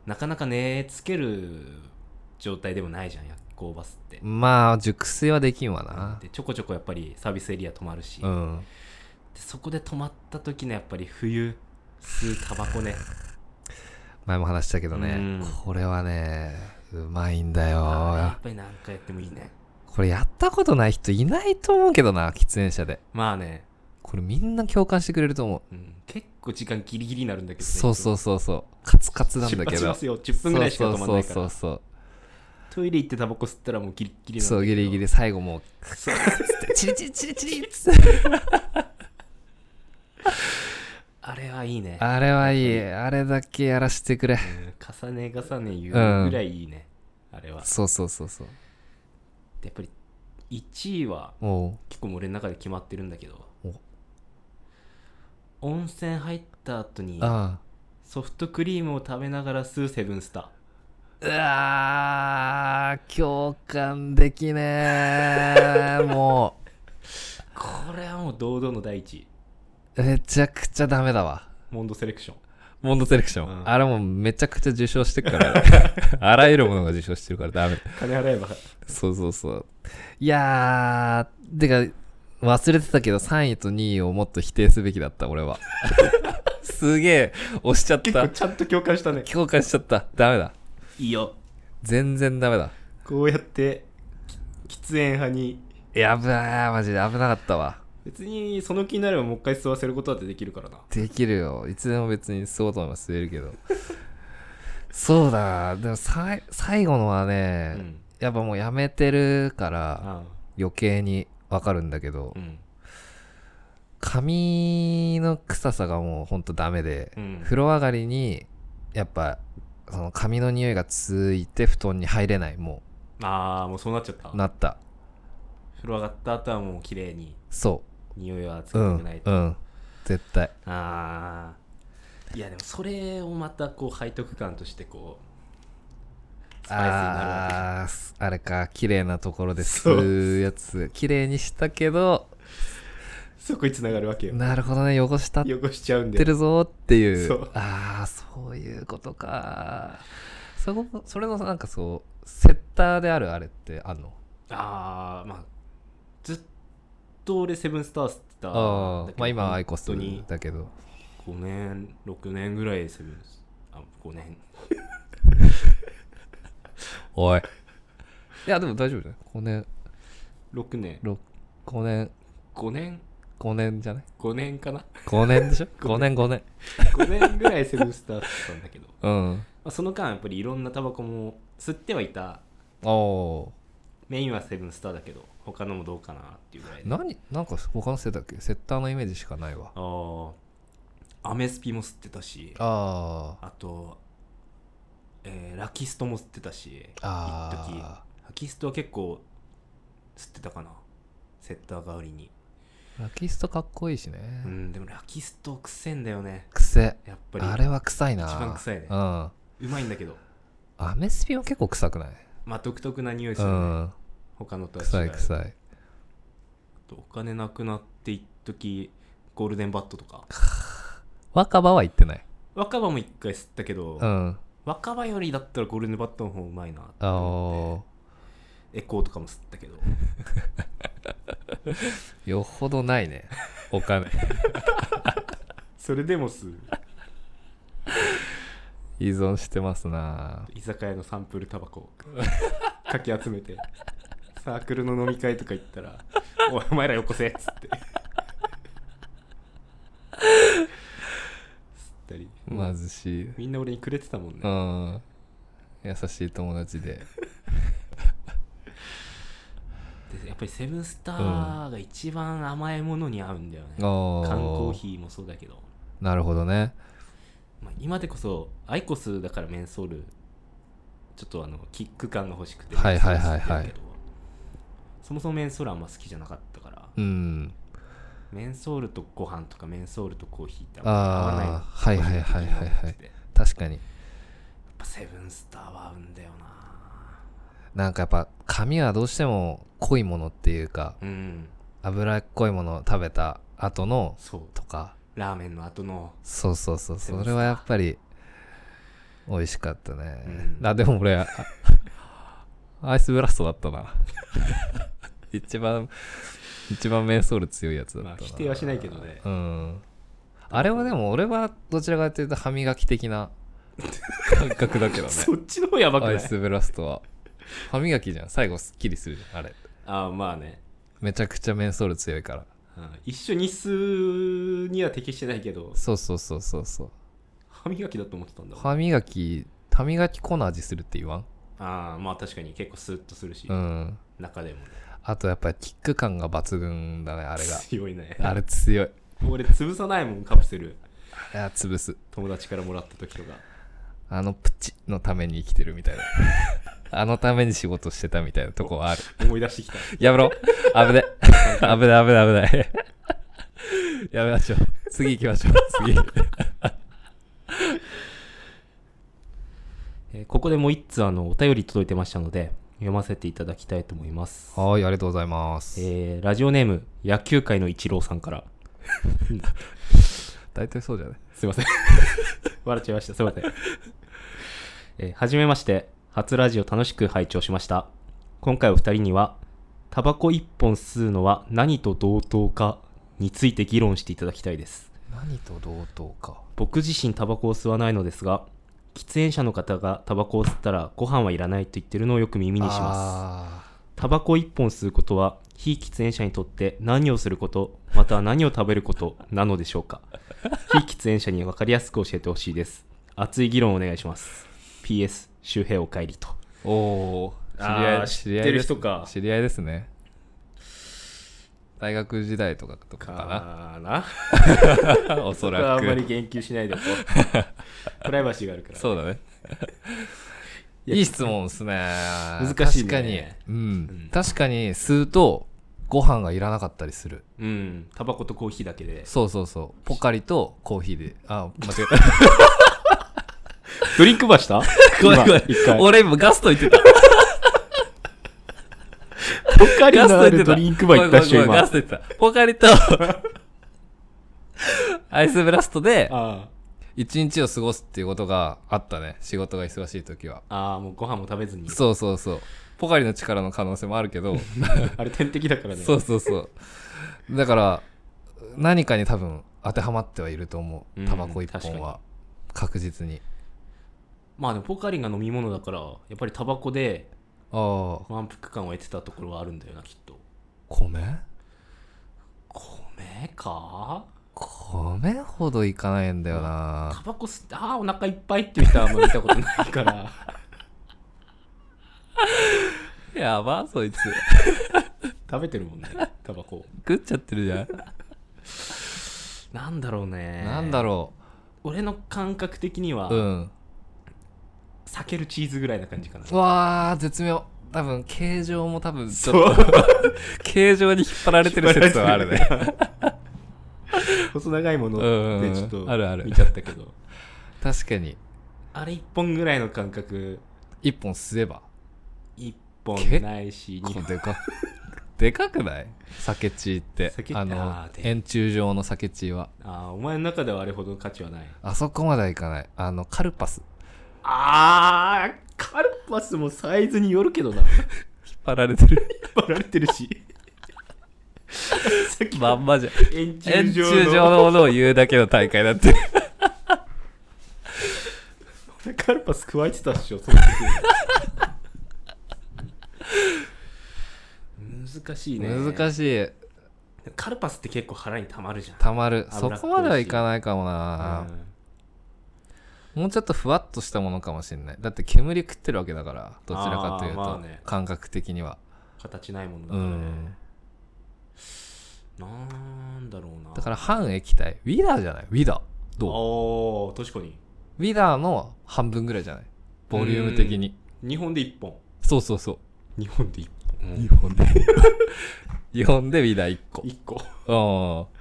S1: なかなか寝つける状態でもないじゃん夜行バスって、
S2: まあ熟睡はできんわな
S1: でちょこちょこやっぱりサービスエリア止まるし、
S2: う
S1: で
S2: ん
S1: そこで止まった時のやっぱり冬吸うタバコね
S2: 前も話したけどね
S1: うん
S2: これはねうまいんだ
S1: あーや
S2: よ
S1: っぱり何回やってもいいね
S2: これやったことない人いないと思うけどな喫煙者で
S1: まあね、
S2: これみんな共感してくれると思う
S1: うん、結構時間ギリギリになるんだけどね、
S2: そうそううそうそうカツカツなんだ
S1: 出
S2: け
S1: 発し
S2: ど
S1: ますよ10分ぐらいしか止まんないから
S2: そうそうそうそう
S1: トイレ行ってタバコ吸ったらもうギリギリなんだけ
S2: そ
S1: ど
S2: うギリギリ最後もう
S1: そう
S2: チリチリチリチリっつ <laughs> って
S1: あれはいいね
S2: あれはいいあれだけやらせてくれ
S1: うん重ね重ね言うぐらいいいね、あれは
S2: そうそうそうそう
S1: やっぱり1位は
S2: お
S1: 結構もう俺の中で決まってるんだけど
S2: お
S1: 温泉入った後に
S2: あ
S1: ソフトクリームを食べながら吸うセブンスター
S2: うわー共感できねえ <laughs> も
S1: これはもう堂々の第一位
S2: うめちゃくちゃダメだわ
S1: モンドセレクション
S2: モンドセレクション、
S1: うん
S2: あれもうめちゃくちゃ受賞してるから <laughs> ねあらゆるものが受賞してるからダメ
S1: 金払えば
S2: そうそうそういやーてか忘れてたけど3位と2位をもっと否定すべきだった
S1: <laughs>
S2: 俺はすげえ押しちゃっ
S1: 結構
S2: た
S1: ちゃんと共感したね
S2: 共感しちゃったダメだ
S1: いいよ
S2: 全然ダメだ
S1: こうやってき喫煙派に
S2: やばーマジで危なかったわ
S1: 別にその気になればもう一回吸わせることだってできるからな
S2: できるよいつでも別に吸おうと思えば吸えるけどそうだでもさい最後のはね、
S1: うん
S2: やっぱもうやめてるから
S1: あ
S2: 余計にわかるんだけど、
S1: あうん
S2: 髪の臭さがもうほんとダメで、
S1: うん
S2: 風呂上がりにやっぱその髪の匂いがついて布団に入れないも
S1: ああもうそうなっちゃった
S2: うなった
S1: 風呂上がった後はもう綺麗に
S2: そ
S1: 匂いはつけ
S2: ううん
S1: たくないうと、
S2: ん絶対
S1: ああいやでもそれをまたこう背徳感としてこうスパイスになるわけじゃん
S2: あーすあれか綺麗なところで
S1: そう
S2: 吸うやつ綺麗にしたけど
S1: そこに繋がるわけよ
S2: なるほどね汚したっ
S1: 汚しちゃうん
S2: て
S1: で
S2: るぞっていう
S1: そう
S2: ああそういうことかそこそれのなんかそうセッターであるあれってあんの
S1: ああまあずっと俺セブンスター吸ってたんだ
S2: ああ
S1: けど
S2: まあ今はアイコス
S1: 本当に
S2: だけど
S1: 5年6年ぐらいセブンスあ5年
S2: おいいやでも大丈夫じゃない5年
S1: 6年
S2: 6 5年
S1: 5年
S2: 5年じゃない
S1: 5年かな <laughs>
S2: 5年でしょ5年5年
S1: 5年ぐらいセブンスター吸ってたんだけど、ま
S2: うん
S1: あ、その間やっぱりいろんなタバコも吸ってはいた
S2: おお
S1: メインはセブンスターだけど他のもどうかなっていうぐらいであ
S2: 何なんか他のせいだっけセッターのイメージしかないわ
S1: あアメスピも吸ってたしあ
S2: あ
S1: と、えーラキストも吸ってたし
S2: ーあ
S1: ラキストは結構吸ってたかなセッター代わりに
S2: ーラキストかっこいいしね、
S1: うんでもラキストくせえんだよね
S2: 癖
S1: やっぱり
S2: あれは臭いな
S1: 一番臭いね
S2: うんア
S1: うまいんだけど
S2: メスピは結構臭くない
S1: まあ独特な匂いす
S2: う
S1: るね、
S2: ん
S1: 他のとは違う
S2: 臭い臭い
S1: あとお金なくなって一時ゴールデンバットと
S2: <laughs>
S1: か
S2: 若葉は言ってない
S1: 若葉も一回吸ったけど、
S2: うん
S1: 若葉よりだったらゴールデンバットの方うまいなって
S2: あ
S1: 思ってエ
S2: ー
S1: コーとかも吸ったけど
S2: よほどない
S1: <laughs>
S2: ねお金
S1: それでも吸う
S2: 依存してますな
S1: 居酒屋のサンプルタバコをかき集めてサークルの飲み会とか行ったら「おいお前らよこせ」っつって吸ったり
S2: 貧しい
S1: みんな俺にくれてたもん
S2: う
S1: ね
S2: ん優しい友達で
S1: でやっぱりセブンスターが一番甘いものに合うんだよね、
S2: お
S1: 缶コーヒーもそうだけど、
S2: なるほどね
S1: まあ、今でこそアイコスだからメンソールちょっとあのキック感が欲しくて
S2: はいはいはい
S1: メンソール吸っ
S2: はい
S1: てるけどそもそもメンソールあんま好きじゃなかったから
S2: うん
S1: メンソールとご飯とかメンソールとコーヒーってあんま合わない
S2: ああはいはいはいはい
S1: 個人的に思
S2: は
S1: って
S2: い
S1: てやっ
S2: 確かに
S1: ぱセブンスターは合うんだよな
S2: なんかやっぱ髪はどうしても濃いものっていうか
S1: うん
S2: 脂っこいものを食べた後の
S1: そう
S2: とか
S1: ラーメンの後の
S2: そうそうそう
S1: でも
S2: そ
S1: さ
S2: れはやっぱり美味しかったね、
S1: うん
S2: あでも俺あアイスブラストだっ
S1: <laughs>
S2: たな一番一番メンソール強いやつだったな、
S1: まあ否定はしないけどね
S2: うんあれはでも俺はどちらかというと歯磨き的な感覚だけどね
S1: そっちの方やばく
S2: ア
S1: な
S2: イ
S1: い
S2: スブラストは歯磨きじゃん最後すっきりするじゃんあれ
S1: ああまあね、
S2: めちゃくちゃメンソール強いから
S1: うん一緒に吸うには適してないけど
S2: そうそうそうそうそう
S1: 歯磨きだと思ってたんだもん
S2: 歯磨き歯磨き粉の味するって言わん
S1: ああまあ確かに結構スーッとするし、
S2: うん
S1: 中でもね
S2: あとやっぱりキック感が抜群だねあれ <laughs>
S1: 強いね
S2: があれ強い
S1: 俺潰さないもんカプセル
S2: あれは潰す
S1: 友達からもらった時とか
S2: あのプチのために生きてるみ <laughs> たいなあのために仕事してたみたいなとこはある
S1: 思い出してきた
S2: やめろ危 <laughs> ね危ない危ない危ない <laughs> やめましょう次行きましょう <laughs> 次
S1: えーここでもう一通あのお便り届いてましたので読ませていただきたいと思います、
S2: はいありがとうございます、
S1: えーラジオネーム野球界のイチローさんから
S2: 大体そうじゃない
S1: すいません <laughs> 笑っちゃいましたすいませんえーはじめまして初ラジオ楽しく拝聴しました今回お二人にはタバコ一本吸うのは何と同等かについて議論していただきたいです
S2: 何と同等か
S1: 僕自身タバコを吸わないのですが喫煙者の方がタバコを吸ったらご飯はいらないと言ってるのをよく耳にします
S2: ます
S1: タバコ一本吸うことは非喫煙者にとって何をすることまたは何を食べることなのでしょうか <laughs> 非喫煙者に分かりやすく教えてほしいです熱い議論をお願いします PS 周平お帰りと
S2: おおー
S1: あー
S2: 知り合い
S1: 知ってる
S2: です
S1: 人か
S2: 知り合いですね大学時代とかとかか
S1: あな
S2: <laughs> なおそ
S1: そこは
S2: ら
S1: あんま
S2: く
S1: り言及しないでおこ <laughs> うプライバシーがあるから
S2: そうだね
S1: いや
S2: いい質問ですね
S1: 難しいね
S2: 確かに、うん
S1: ん
S2: 確かに吸うとご飯がいらなかったりする
S1: うんタバコとコーヒーだけで
S2: そうそうそうポカリとコーヒーであ間違え
S1: ドリンクバーした
S2: たごめんごめん
S1: <laughs> 今一回
S2: <laughs> 俺今ガスト言ってた
S1: ポカリ
S2: ガス
S1: の
S2: ト
S1: あ
S2: 言って
S1: る
S2: た
S1: ドリンクバー行ったっしょ、
S2: ごめんごめん
S1: 今。
S2: ガスト言ってたポカリと <laughs> アイスブラストで
S1: あ
S2: 一日を過ごすっていうことがあったね仕事が忙しい時は
S1: あー、もうご飯も食べずに。
S2: そうそうそうポカリの力の可能性もあるけ <laughs> ど
S1: あれ天敵だからね。
S2: そうそうそうだから何かに多分当てはまってはいると思
S1: う
S2: うんタバコ一本は確実に
S1: まあでもポカリが飲み物だから、やっぱりタバコで
S2: ああ
S1: 満腹感を得てたところはあるんだよな、きっと。
S2: 米
S1: 米か
S2: 米ほどいかないんだよ
S1: タ
S2: な
S1: バコ吸って、ああ、お腹いっぱいっていう人はあんま見たことないから。 <laughs>
S2: やばそいつ
S1: 食べてるもんね、タバコ。
S2: 食っちゃってるじゃん
S1: なんだろうね。
S2: なんだ
S1: う。
S2: ろ
S1: 俺の感覚的には、
S2: ううん
S1: 避けるチーズぐらいな感じかな。
S2: うわあ絶妙多分形状も多分ち
S1: そ
S2: ょっ
S1: う
S2: と形状に引っ張られてる説はあるね。
S1: <laughs> 細長いもの
S2: うんうんう
S1: っ
S2: ん
S1: てちょっと
S2: あるある
S1: 見ちゃったけど。
S2: <laughs> 確かに
S1: あれ一本ぐらいの感覚、
S2: 一本吸えば
S1: 一本
S2: け
S1: ないし、二
S2: こ
S1: 本
S2: うでかでかくない酒チーって
S1: 酒
S2: あの
S1: あーで
S2: 円柱状の酒チーは
S1: ああ、お前の中ではあれほどの価値はない。
S2: あそこまではいかないあのカルパス
S1: ああ、カルパスもサイズによるけどな。
S2: 引っ張られてる
S1: バられてるし。 <laughs> さっき
S2: まんまじゃん
S1: 円柱
S2: 円
S1: 状
S2: 柱状
S1: の
S2: のものを言うだけの大会だって
S1: カルパス加えてたっしょ、その時 <laughs> 難しいね。
S2: 難しい
S1: カルパスって結構腹にたまるじゃん。
S2: たまる
S1: 危
S2: そ
S1: なっこいし
S2: こまではいかないかも
S1: う
S2: な、
S1: ん
S2: もうちょっとふわっとしたものかもしれないだって煙食ってるわけだからどちらかというと、
S1: あーまあね
S2: 感覚的には
S1: 形ないものだか
S2: う
S1: ら
S2: ん
S1: ね。なんだろうな。
S2: だから半液体ウィダーじゃないウィダーどう
S1: ああ、確かに。
S2: ウィダーの半分ぐらいじゃないボリューム的に
S1: 日本で1本。
S2: そうそうそう
S1: 日本で1本
S2: 日本で <laughs> 日本でウィダー1個
S1: 1個。
S2: うん
S1: あ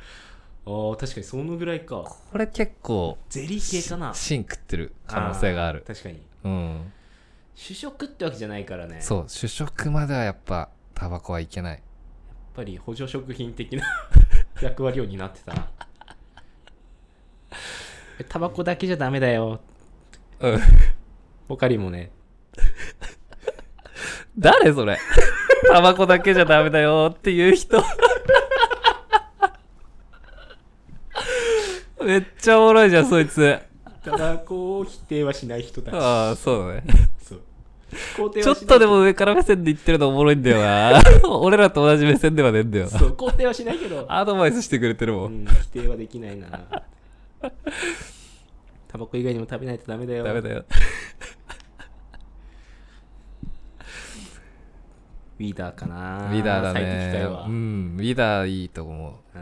S1: あ、確かにそのぐらいか。
S2: これ結構
S1: ゼリー系かな。
S2: 芯食ってる可能性がある
S1: 確かに。
S2: うん
S1: 主食ってわけじゃないからね。
S2: そう主食まではやっぱタバコはいけない
S1: やっぱり補助食品的な <laughs> 役割を担ってたな。えタバコだけじゃダメだよ。
S2: うん
S1: ポカリもね。
S2: 誰それタバコだけじゃダメだよっていう人めっちゃおもろいじゃんそいつ
S1: タバコを否定はしない人だ。
S2: ああそうだね
S1: そう。肯定
S2: ちょ
S1: は
S2: っ
S1: しない
S2: とでも上から目線で言ってるのおもろいんだよな <laughs> 俺らと同じ目線ではねえんだよな
S1: そう、肯定はしないけど、
S2: アドバイスしてくれてる
S1: う
S2: も、
S1: んん、否定はできないな。タバコ以外にも食べないとダメだよ。
S2: ダメだよ
S1: ウィーダーかな
S2: ウィダーだ
S1: 最適
S2: ね
S1: 解は、
S2: う
S1: うん
S2: んウィダーいいと思う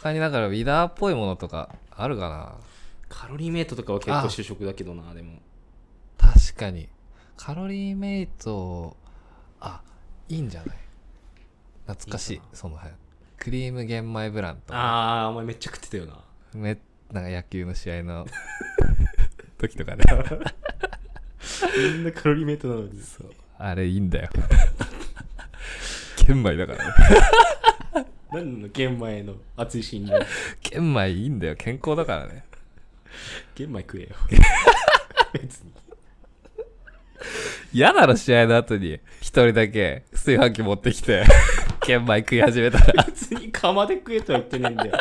S2: 他にだからウィダーっぽいものとかあるかな
S1: カロリーメイトとかは結構主食だけどなでも
S2: 確かにカロリーメイトあいいんじゃない懐かしい
S1: いいか
S2: その辺クリーム玄米ブランとか
S1: ああお前めっちゃ食ってたよな
S2: めなんか野球の試合の <laughs> 時とかね
S1: みんなカロリーメイトなのにそう
S2: <laughs> あれいいんだよ <laughs> 玄米だからね
S1: 何なの玄米の熱いシーンに
S2: 玄米いいんだよ健康だからね
S1: 玄米食えよ <laughs> 別に
S2: 嫌だろ試合の後に一人だけ炊飯器持ってき <laughs> て玄米食い始めたら
S1: 別に釜で食えとは言ってないんだよ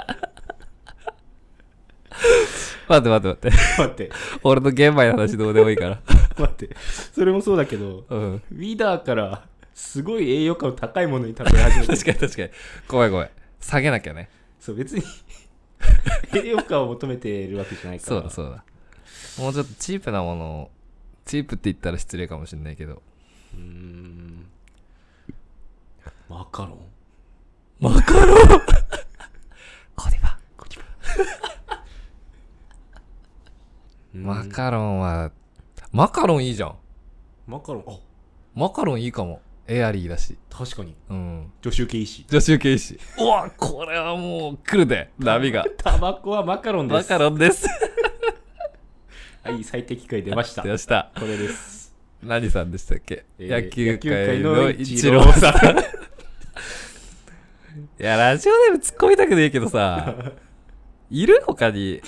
S2: 待って待って待って
S1: 待って
S2: 俺の玄米の話どうでもいいから
S1: 待ってそれもそうだけど
S2: うん
S1: ウィダーからすごい栄養価の高いものに食べ始めて
S2: <laughs> 確かに確かにごめんごめん下げなきゃね
S1: そう別に <laughs> 栄養価を求めてるわけじゃないから
S2: そうだそうだもうちょっとチープなものをチープって言ったら失礼かもしれないけど
S1: うーんマカロン
S2: マカ
S1: <laughs>
S2: ロンコディバマカロンはマカロンいいじゃん
S1: マカロンあ
S2: マカロンいいかもエアリーだし
S1: 確かに
S2: うん
S1: 助手系医師
S2: 女子受け医師うわこれはもう来るで波が
S1: タバコはマカロンで
S2: <laughs> マ
S1: す
S2: カロンです
S1: はい最適解出ましたこ
S2: 出ました
S1: れです、
S2: 何さんでしたっけ、
S1: えー
S2: 野球界
S1: 野
S2: の
S1: イ
S2: 一
S1: チ
S2: 郎
S1: ロー
S2: さん
S1: さん
S2: <laughs> いやラジオネーム突っ込みたくねえけどさ
S1: <laughs>
S2: いる他に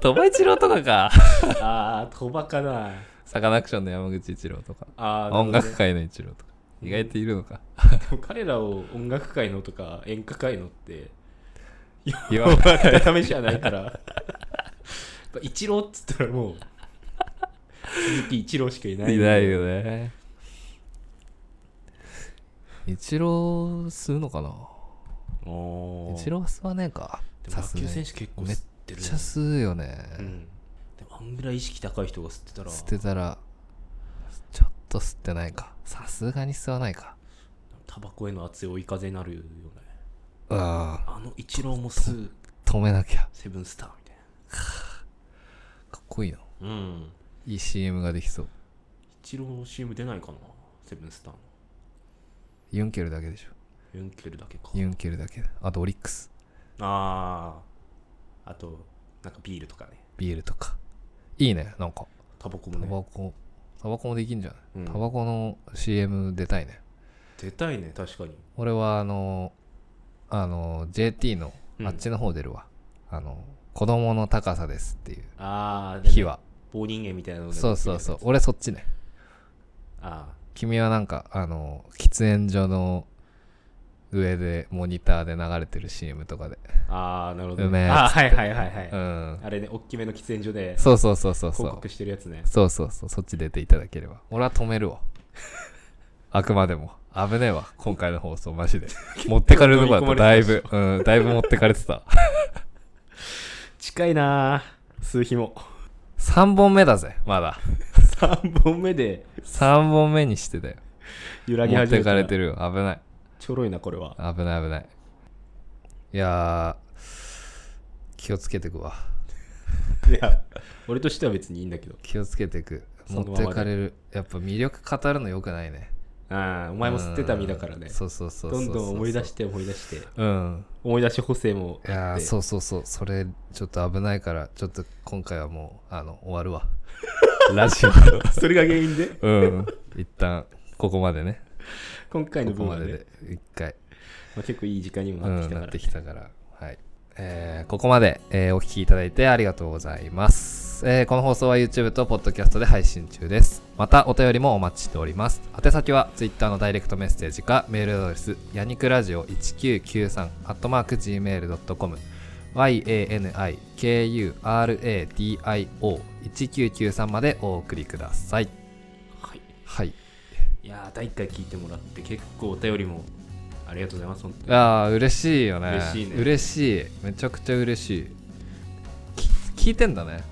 S2: 鳥羽一郎とかか
S1: <laughs> あー鳥羽かな
S2: サカナクションの山口一郎とか
S1: あー
S2: 音
S1: なるほど
S2: 楽
S1: ね
S2: 界の一郎とか意外といる
S1: <laughs>
S2: のか
S1: でも彼らを音楽界のとか演歌界のって
S2: 言
S1: 呼
S2: わない
S1: ばれためじゃないからやっぱ一郎っつったらもう鈴木一郎しかいない
S2: いないよね一郎吸うのかな
S1: お
S2: 一郎は吸わねえか
S1: でも
S2: さす
S1: 野
S2: が
S1: 球選
S2: に
S1: 手結構吸って
S2: めっ
S1: る
S2: ちゃ吸うよね、
S1: うんでもあんぐらい意識高い人が吸ってたら
S2: 吸ってたらちょっと吸ってないかさすがに吸わないか
S1: タバコへの熱い追い風になるよね
S2: うん
S1: あの一郎も吸う
S2: 止めなきゃ
S1: セブンスターみたい
S2: かっこいいな
S1: なうん
S2: いい CM ができそう
S1: 一郎の CM 出ないかなセブンスターの
S2: ユンケルだけでしょ
S1: ユンケルだけか
S2: ユンケルだけあとオリックス
S1: あああとなんかビールとかね
S2: ビールとかいいねなんか
S1: タバコ
S2: タ
S1: もね
S2: バコタバコもできんじゃない、
S1: うん
S2: タバコの CM 出たいね
S1: 出たいね確かに
S2: 俺はあのあの JT の
S1: うん
S2: あっちの方出るわ、あの子供の高さですっていう
S1: ああ
S2: 日は、
S1: 棒人間みたいなので
S2: そうそうそう俺そっちね
S1: あ
S2: 君はなんかあの喫煙所の上でモニターで流れてる CM とかで
S1: ーあーなるほどね、
S2: うめえ
S1: あーはいはいはいはい、
S2: うん
S1: あれねおっきめの喫煙所で
S2: そうそうそうそうそ
S1: 広
S2: う
S1: 告してるやつね
S2: そうそうそうそっち出ていただければ俺は止め
S1: <laughs>
S2: るわあくまでも危ねえわ今回の放送マジで持ってかれるとこだっただいぶうんだいぶ持ってかれてた
S1: 近いなー数日 <laughs> も
S2: 3本目だぜまだ
S1: 3本目で
S2: 3本目にしてだよ
S1: 揺らぎ
S2: 持っ
S1: 始め
S2: て
S1: た
S2: かられてるよ危ない
S1: ちょろいなこれは
S2: 危ない危ないいやー気をつけてくわ
S1: いや俺としては別にいいんだけど
S2: 気をつけていく
S1: そ
S2: 持
S1: の
S2: っ
S1: まま
S2: て
S1: で
S2: かれるやっぱ魅力語るのよくないね
S1: ああお前も吸ってた身だからね
S2: そうそうそう
S1: ど
S2: そうん
S1: どん思い出してて思い出して
S2: うん
S1: 思い出し補正も
S2: いや
S1: あっ <laughs>
S2: ー
S1: て
S2: そうそうそうそれちょっと危ないからちょっと今回はもうあの終わ
S1: <laughs>
S2: るわラジオ
S1: それが原因で
S2: うん一旦ここまでね
S1: 今回の
S2: ここ
S1: 分
S2: ま
S1: は
S2: で
S1: ね
S2: で一回
S1: まあ、結構いい時間にも
S2: う
S1: なってき
S2: ん
S1: た
S2: な
S1: か
S2: っ
S1: ら
S2: てきたからはいえーここまで、えーお聞きいただいてありがとうございます、えーこの放送は YouTube と Podcast で配信中ですまたお便りもお待ちしております宛先は Twitter のダイレクトメッセージかメールアドレスヤニクラジオ1993 gmail.com yanikuradio1993 までお送りください
S1: はい、
S2: はい
S1: いやー第1回聞いてもらって結構お便りもありがとうございます本当に
S2: ああ嬉しいよね
S1: 嬉しいね
S2: 嬉しいめちゃくちゃ嬉しいき聞いてんだね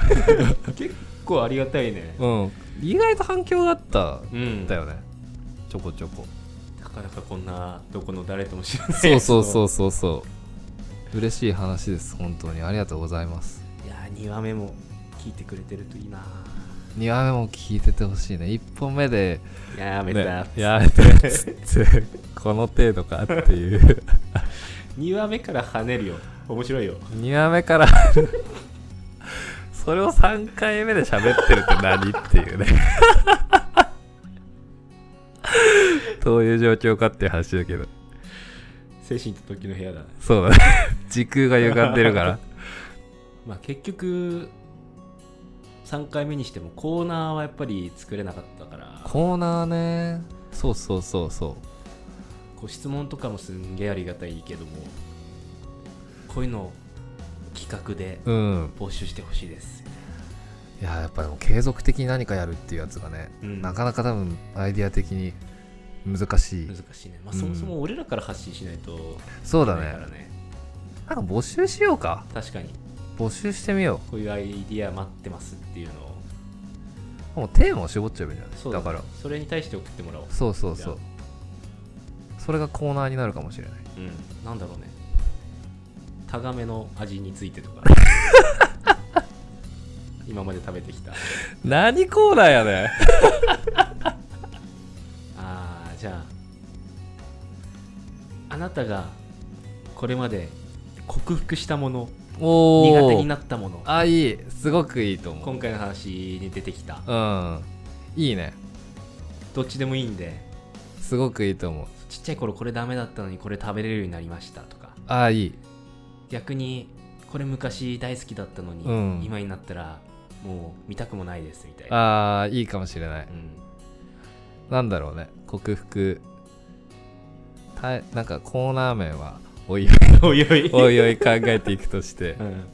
S1: <laughs> 結構ありがたいね
S2: うん意外と反響があった
S1: うん
S2: んだよね、ちょこちょこ
S1: たかだかこんなどこの誰とも知らない
S2: そうそうそううそうそう嬉しい話です本当にありがとうございます
S1: いや2話目も聞いてくれてるといいな
S2: 2話目も聞いててほしいね1本目で
S1: やめた、
S2: ねやめたっつってこの程度かっていう
S1: 2話目から跳ねるよ面白いよ
S2: 2話目からそれを3回目で喋ってるって何っていうねどういう状況かっていう話だけど
S1: 精神と時の部屋だね
S2: そうだね時空が歪んでるから
S1: まあ結局3回目にしてもコーナーはやっぱり作れなかったから
S2: コーナーねそうそうそうそ
S1: こう質問とかもすんげえありがたいけどもこういうのを企画で
S2: ううん
S1: 募集してほしいです、
S2: いややっぱりもう継続的に何かやるっていうやつがね、
S1: うん
S2: なかなか多分アイディア的に難しい
S1: 難しいね、まあ、
S2: うん
S1: そもそも俺らから発信しないと
S2: そう
S1: だ
S2: だ
S1: か
S2: ね
S1: らね
S2: なんか募集しようか
S1: 確かに
S2: 募集してみよ
S1: こういうアイディア待ってますっていうのを
S2: うもうテーマを絞っちゃえばいいんじゃない
S1: そう
S2: だ
S1: だ
S2: から
S1: それに対して送ってもらおう
S2: そうそうそ
S1: じ
S2: うそれがコーナーになるかもしれない
S1: うんなんだろうねタガメの味について
S2: <laughs>
S1: とか今まで食べてきた
S2: 何コーナーやね
S1: あーじゃああなたがこれまで克服したもの
S2: おお
S1: 苦手になったもの
S2: あいいすごくいいと思う
S1: 今回の話に出てきた
S2: うんいいね
S1: どっちでもいいんです
S2: ごくいいと思う
S1: ちっちゃい頃これダメだったのにこれ食べれるようになりましたとか
S2: ああいい
S1: 逆にこれ昔大好きだったのに、
S2: うん
S1: 今になったらもう見たくもないですみたいな、
S2: ああいいかもしれない
S1: うん、 <laughs>
S2: なんだろうね克服たなんかコーナー名は
S1: <laughs>
S2: おいおい
S1: おいおい
S2: おいおい考えていくとして
S1: うん、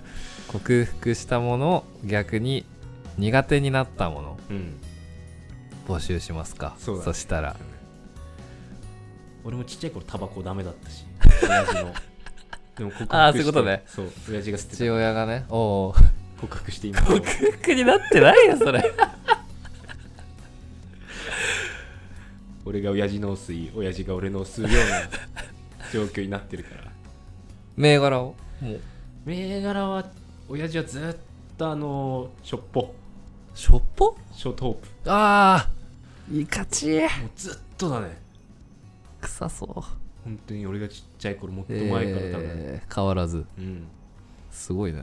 S2: 克服したものを逆に苦手になったもの
S1: うん、
S2: 募集しますか
S1: そうだね
S2: したら
S1: 俺もちっちゃい頃タバコダメだったし親父のでも克服して
S2: あーそういうことね
S1: そう親父が捨て
S2: 父
S1: た
S2: 親がねおお
S1: 克服して今も
S2: 服になってないよそれ
S1: 俺が親父のを吸い親父が俺のを吸うよう
S2: <laughs>
S1: な状況になってるから
S2: 銘柄をもう
S1: 銘柄は親父はずっとあのしょっぽ
S2: しょっぽ
S1: ショートホープ
S2: ああいかち
S1: もうずっとだね
S2: 臭そう
S1: 本当に俺がちっちゃい頃もっと前から多分、
S2: えー変わらず
S1: うん
S2: すごいね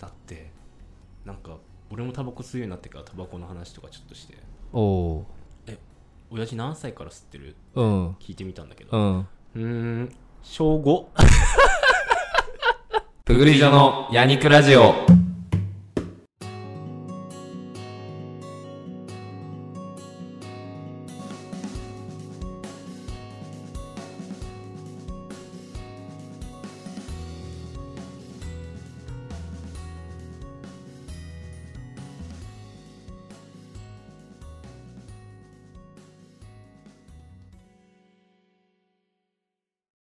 S1: だってなんか俺もタバコ吸うようになってからタバコの話とかちょっとして
S2: おお
S1: 親父何歳から吸ってる
S2: うん
S1: 聞いてみたんだけ
S2: う
S1: ど
S2: ん
S1: うーん小5
S2: プグリジョのヤニクラジオ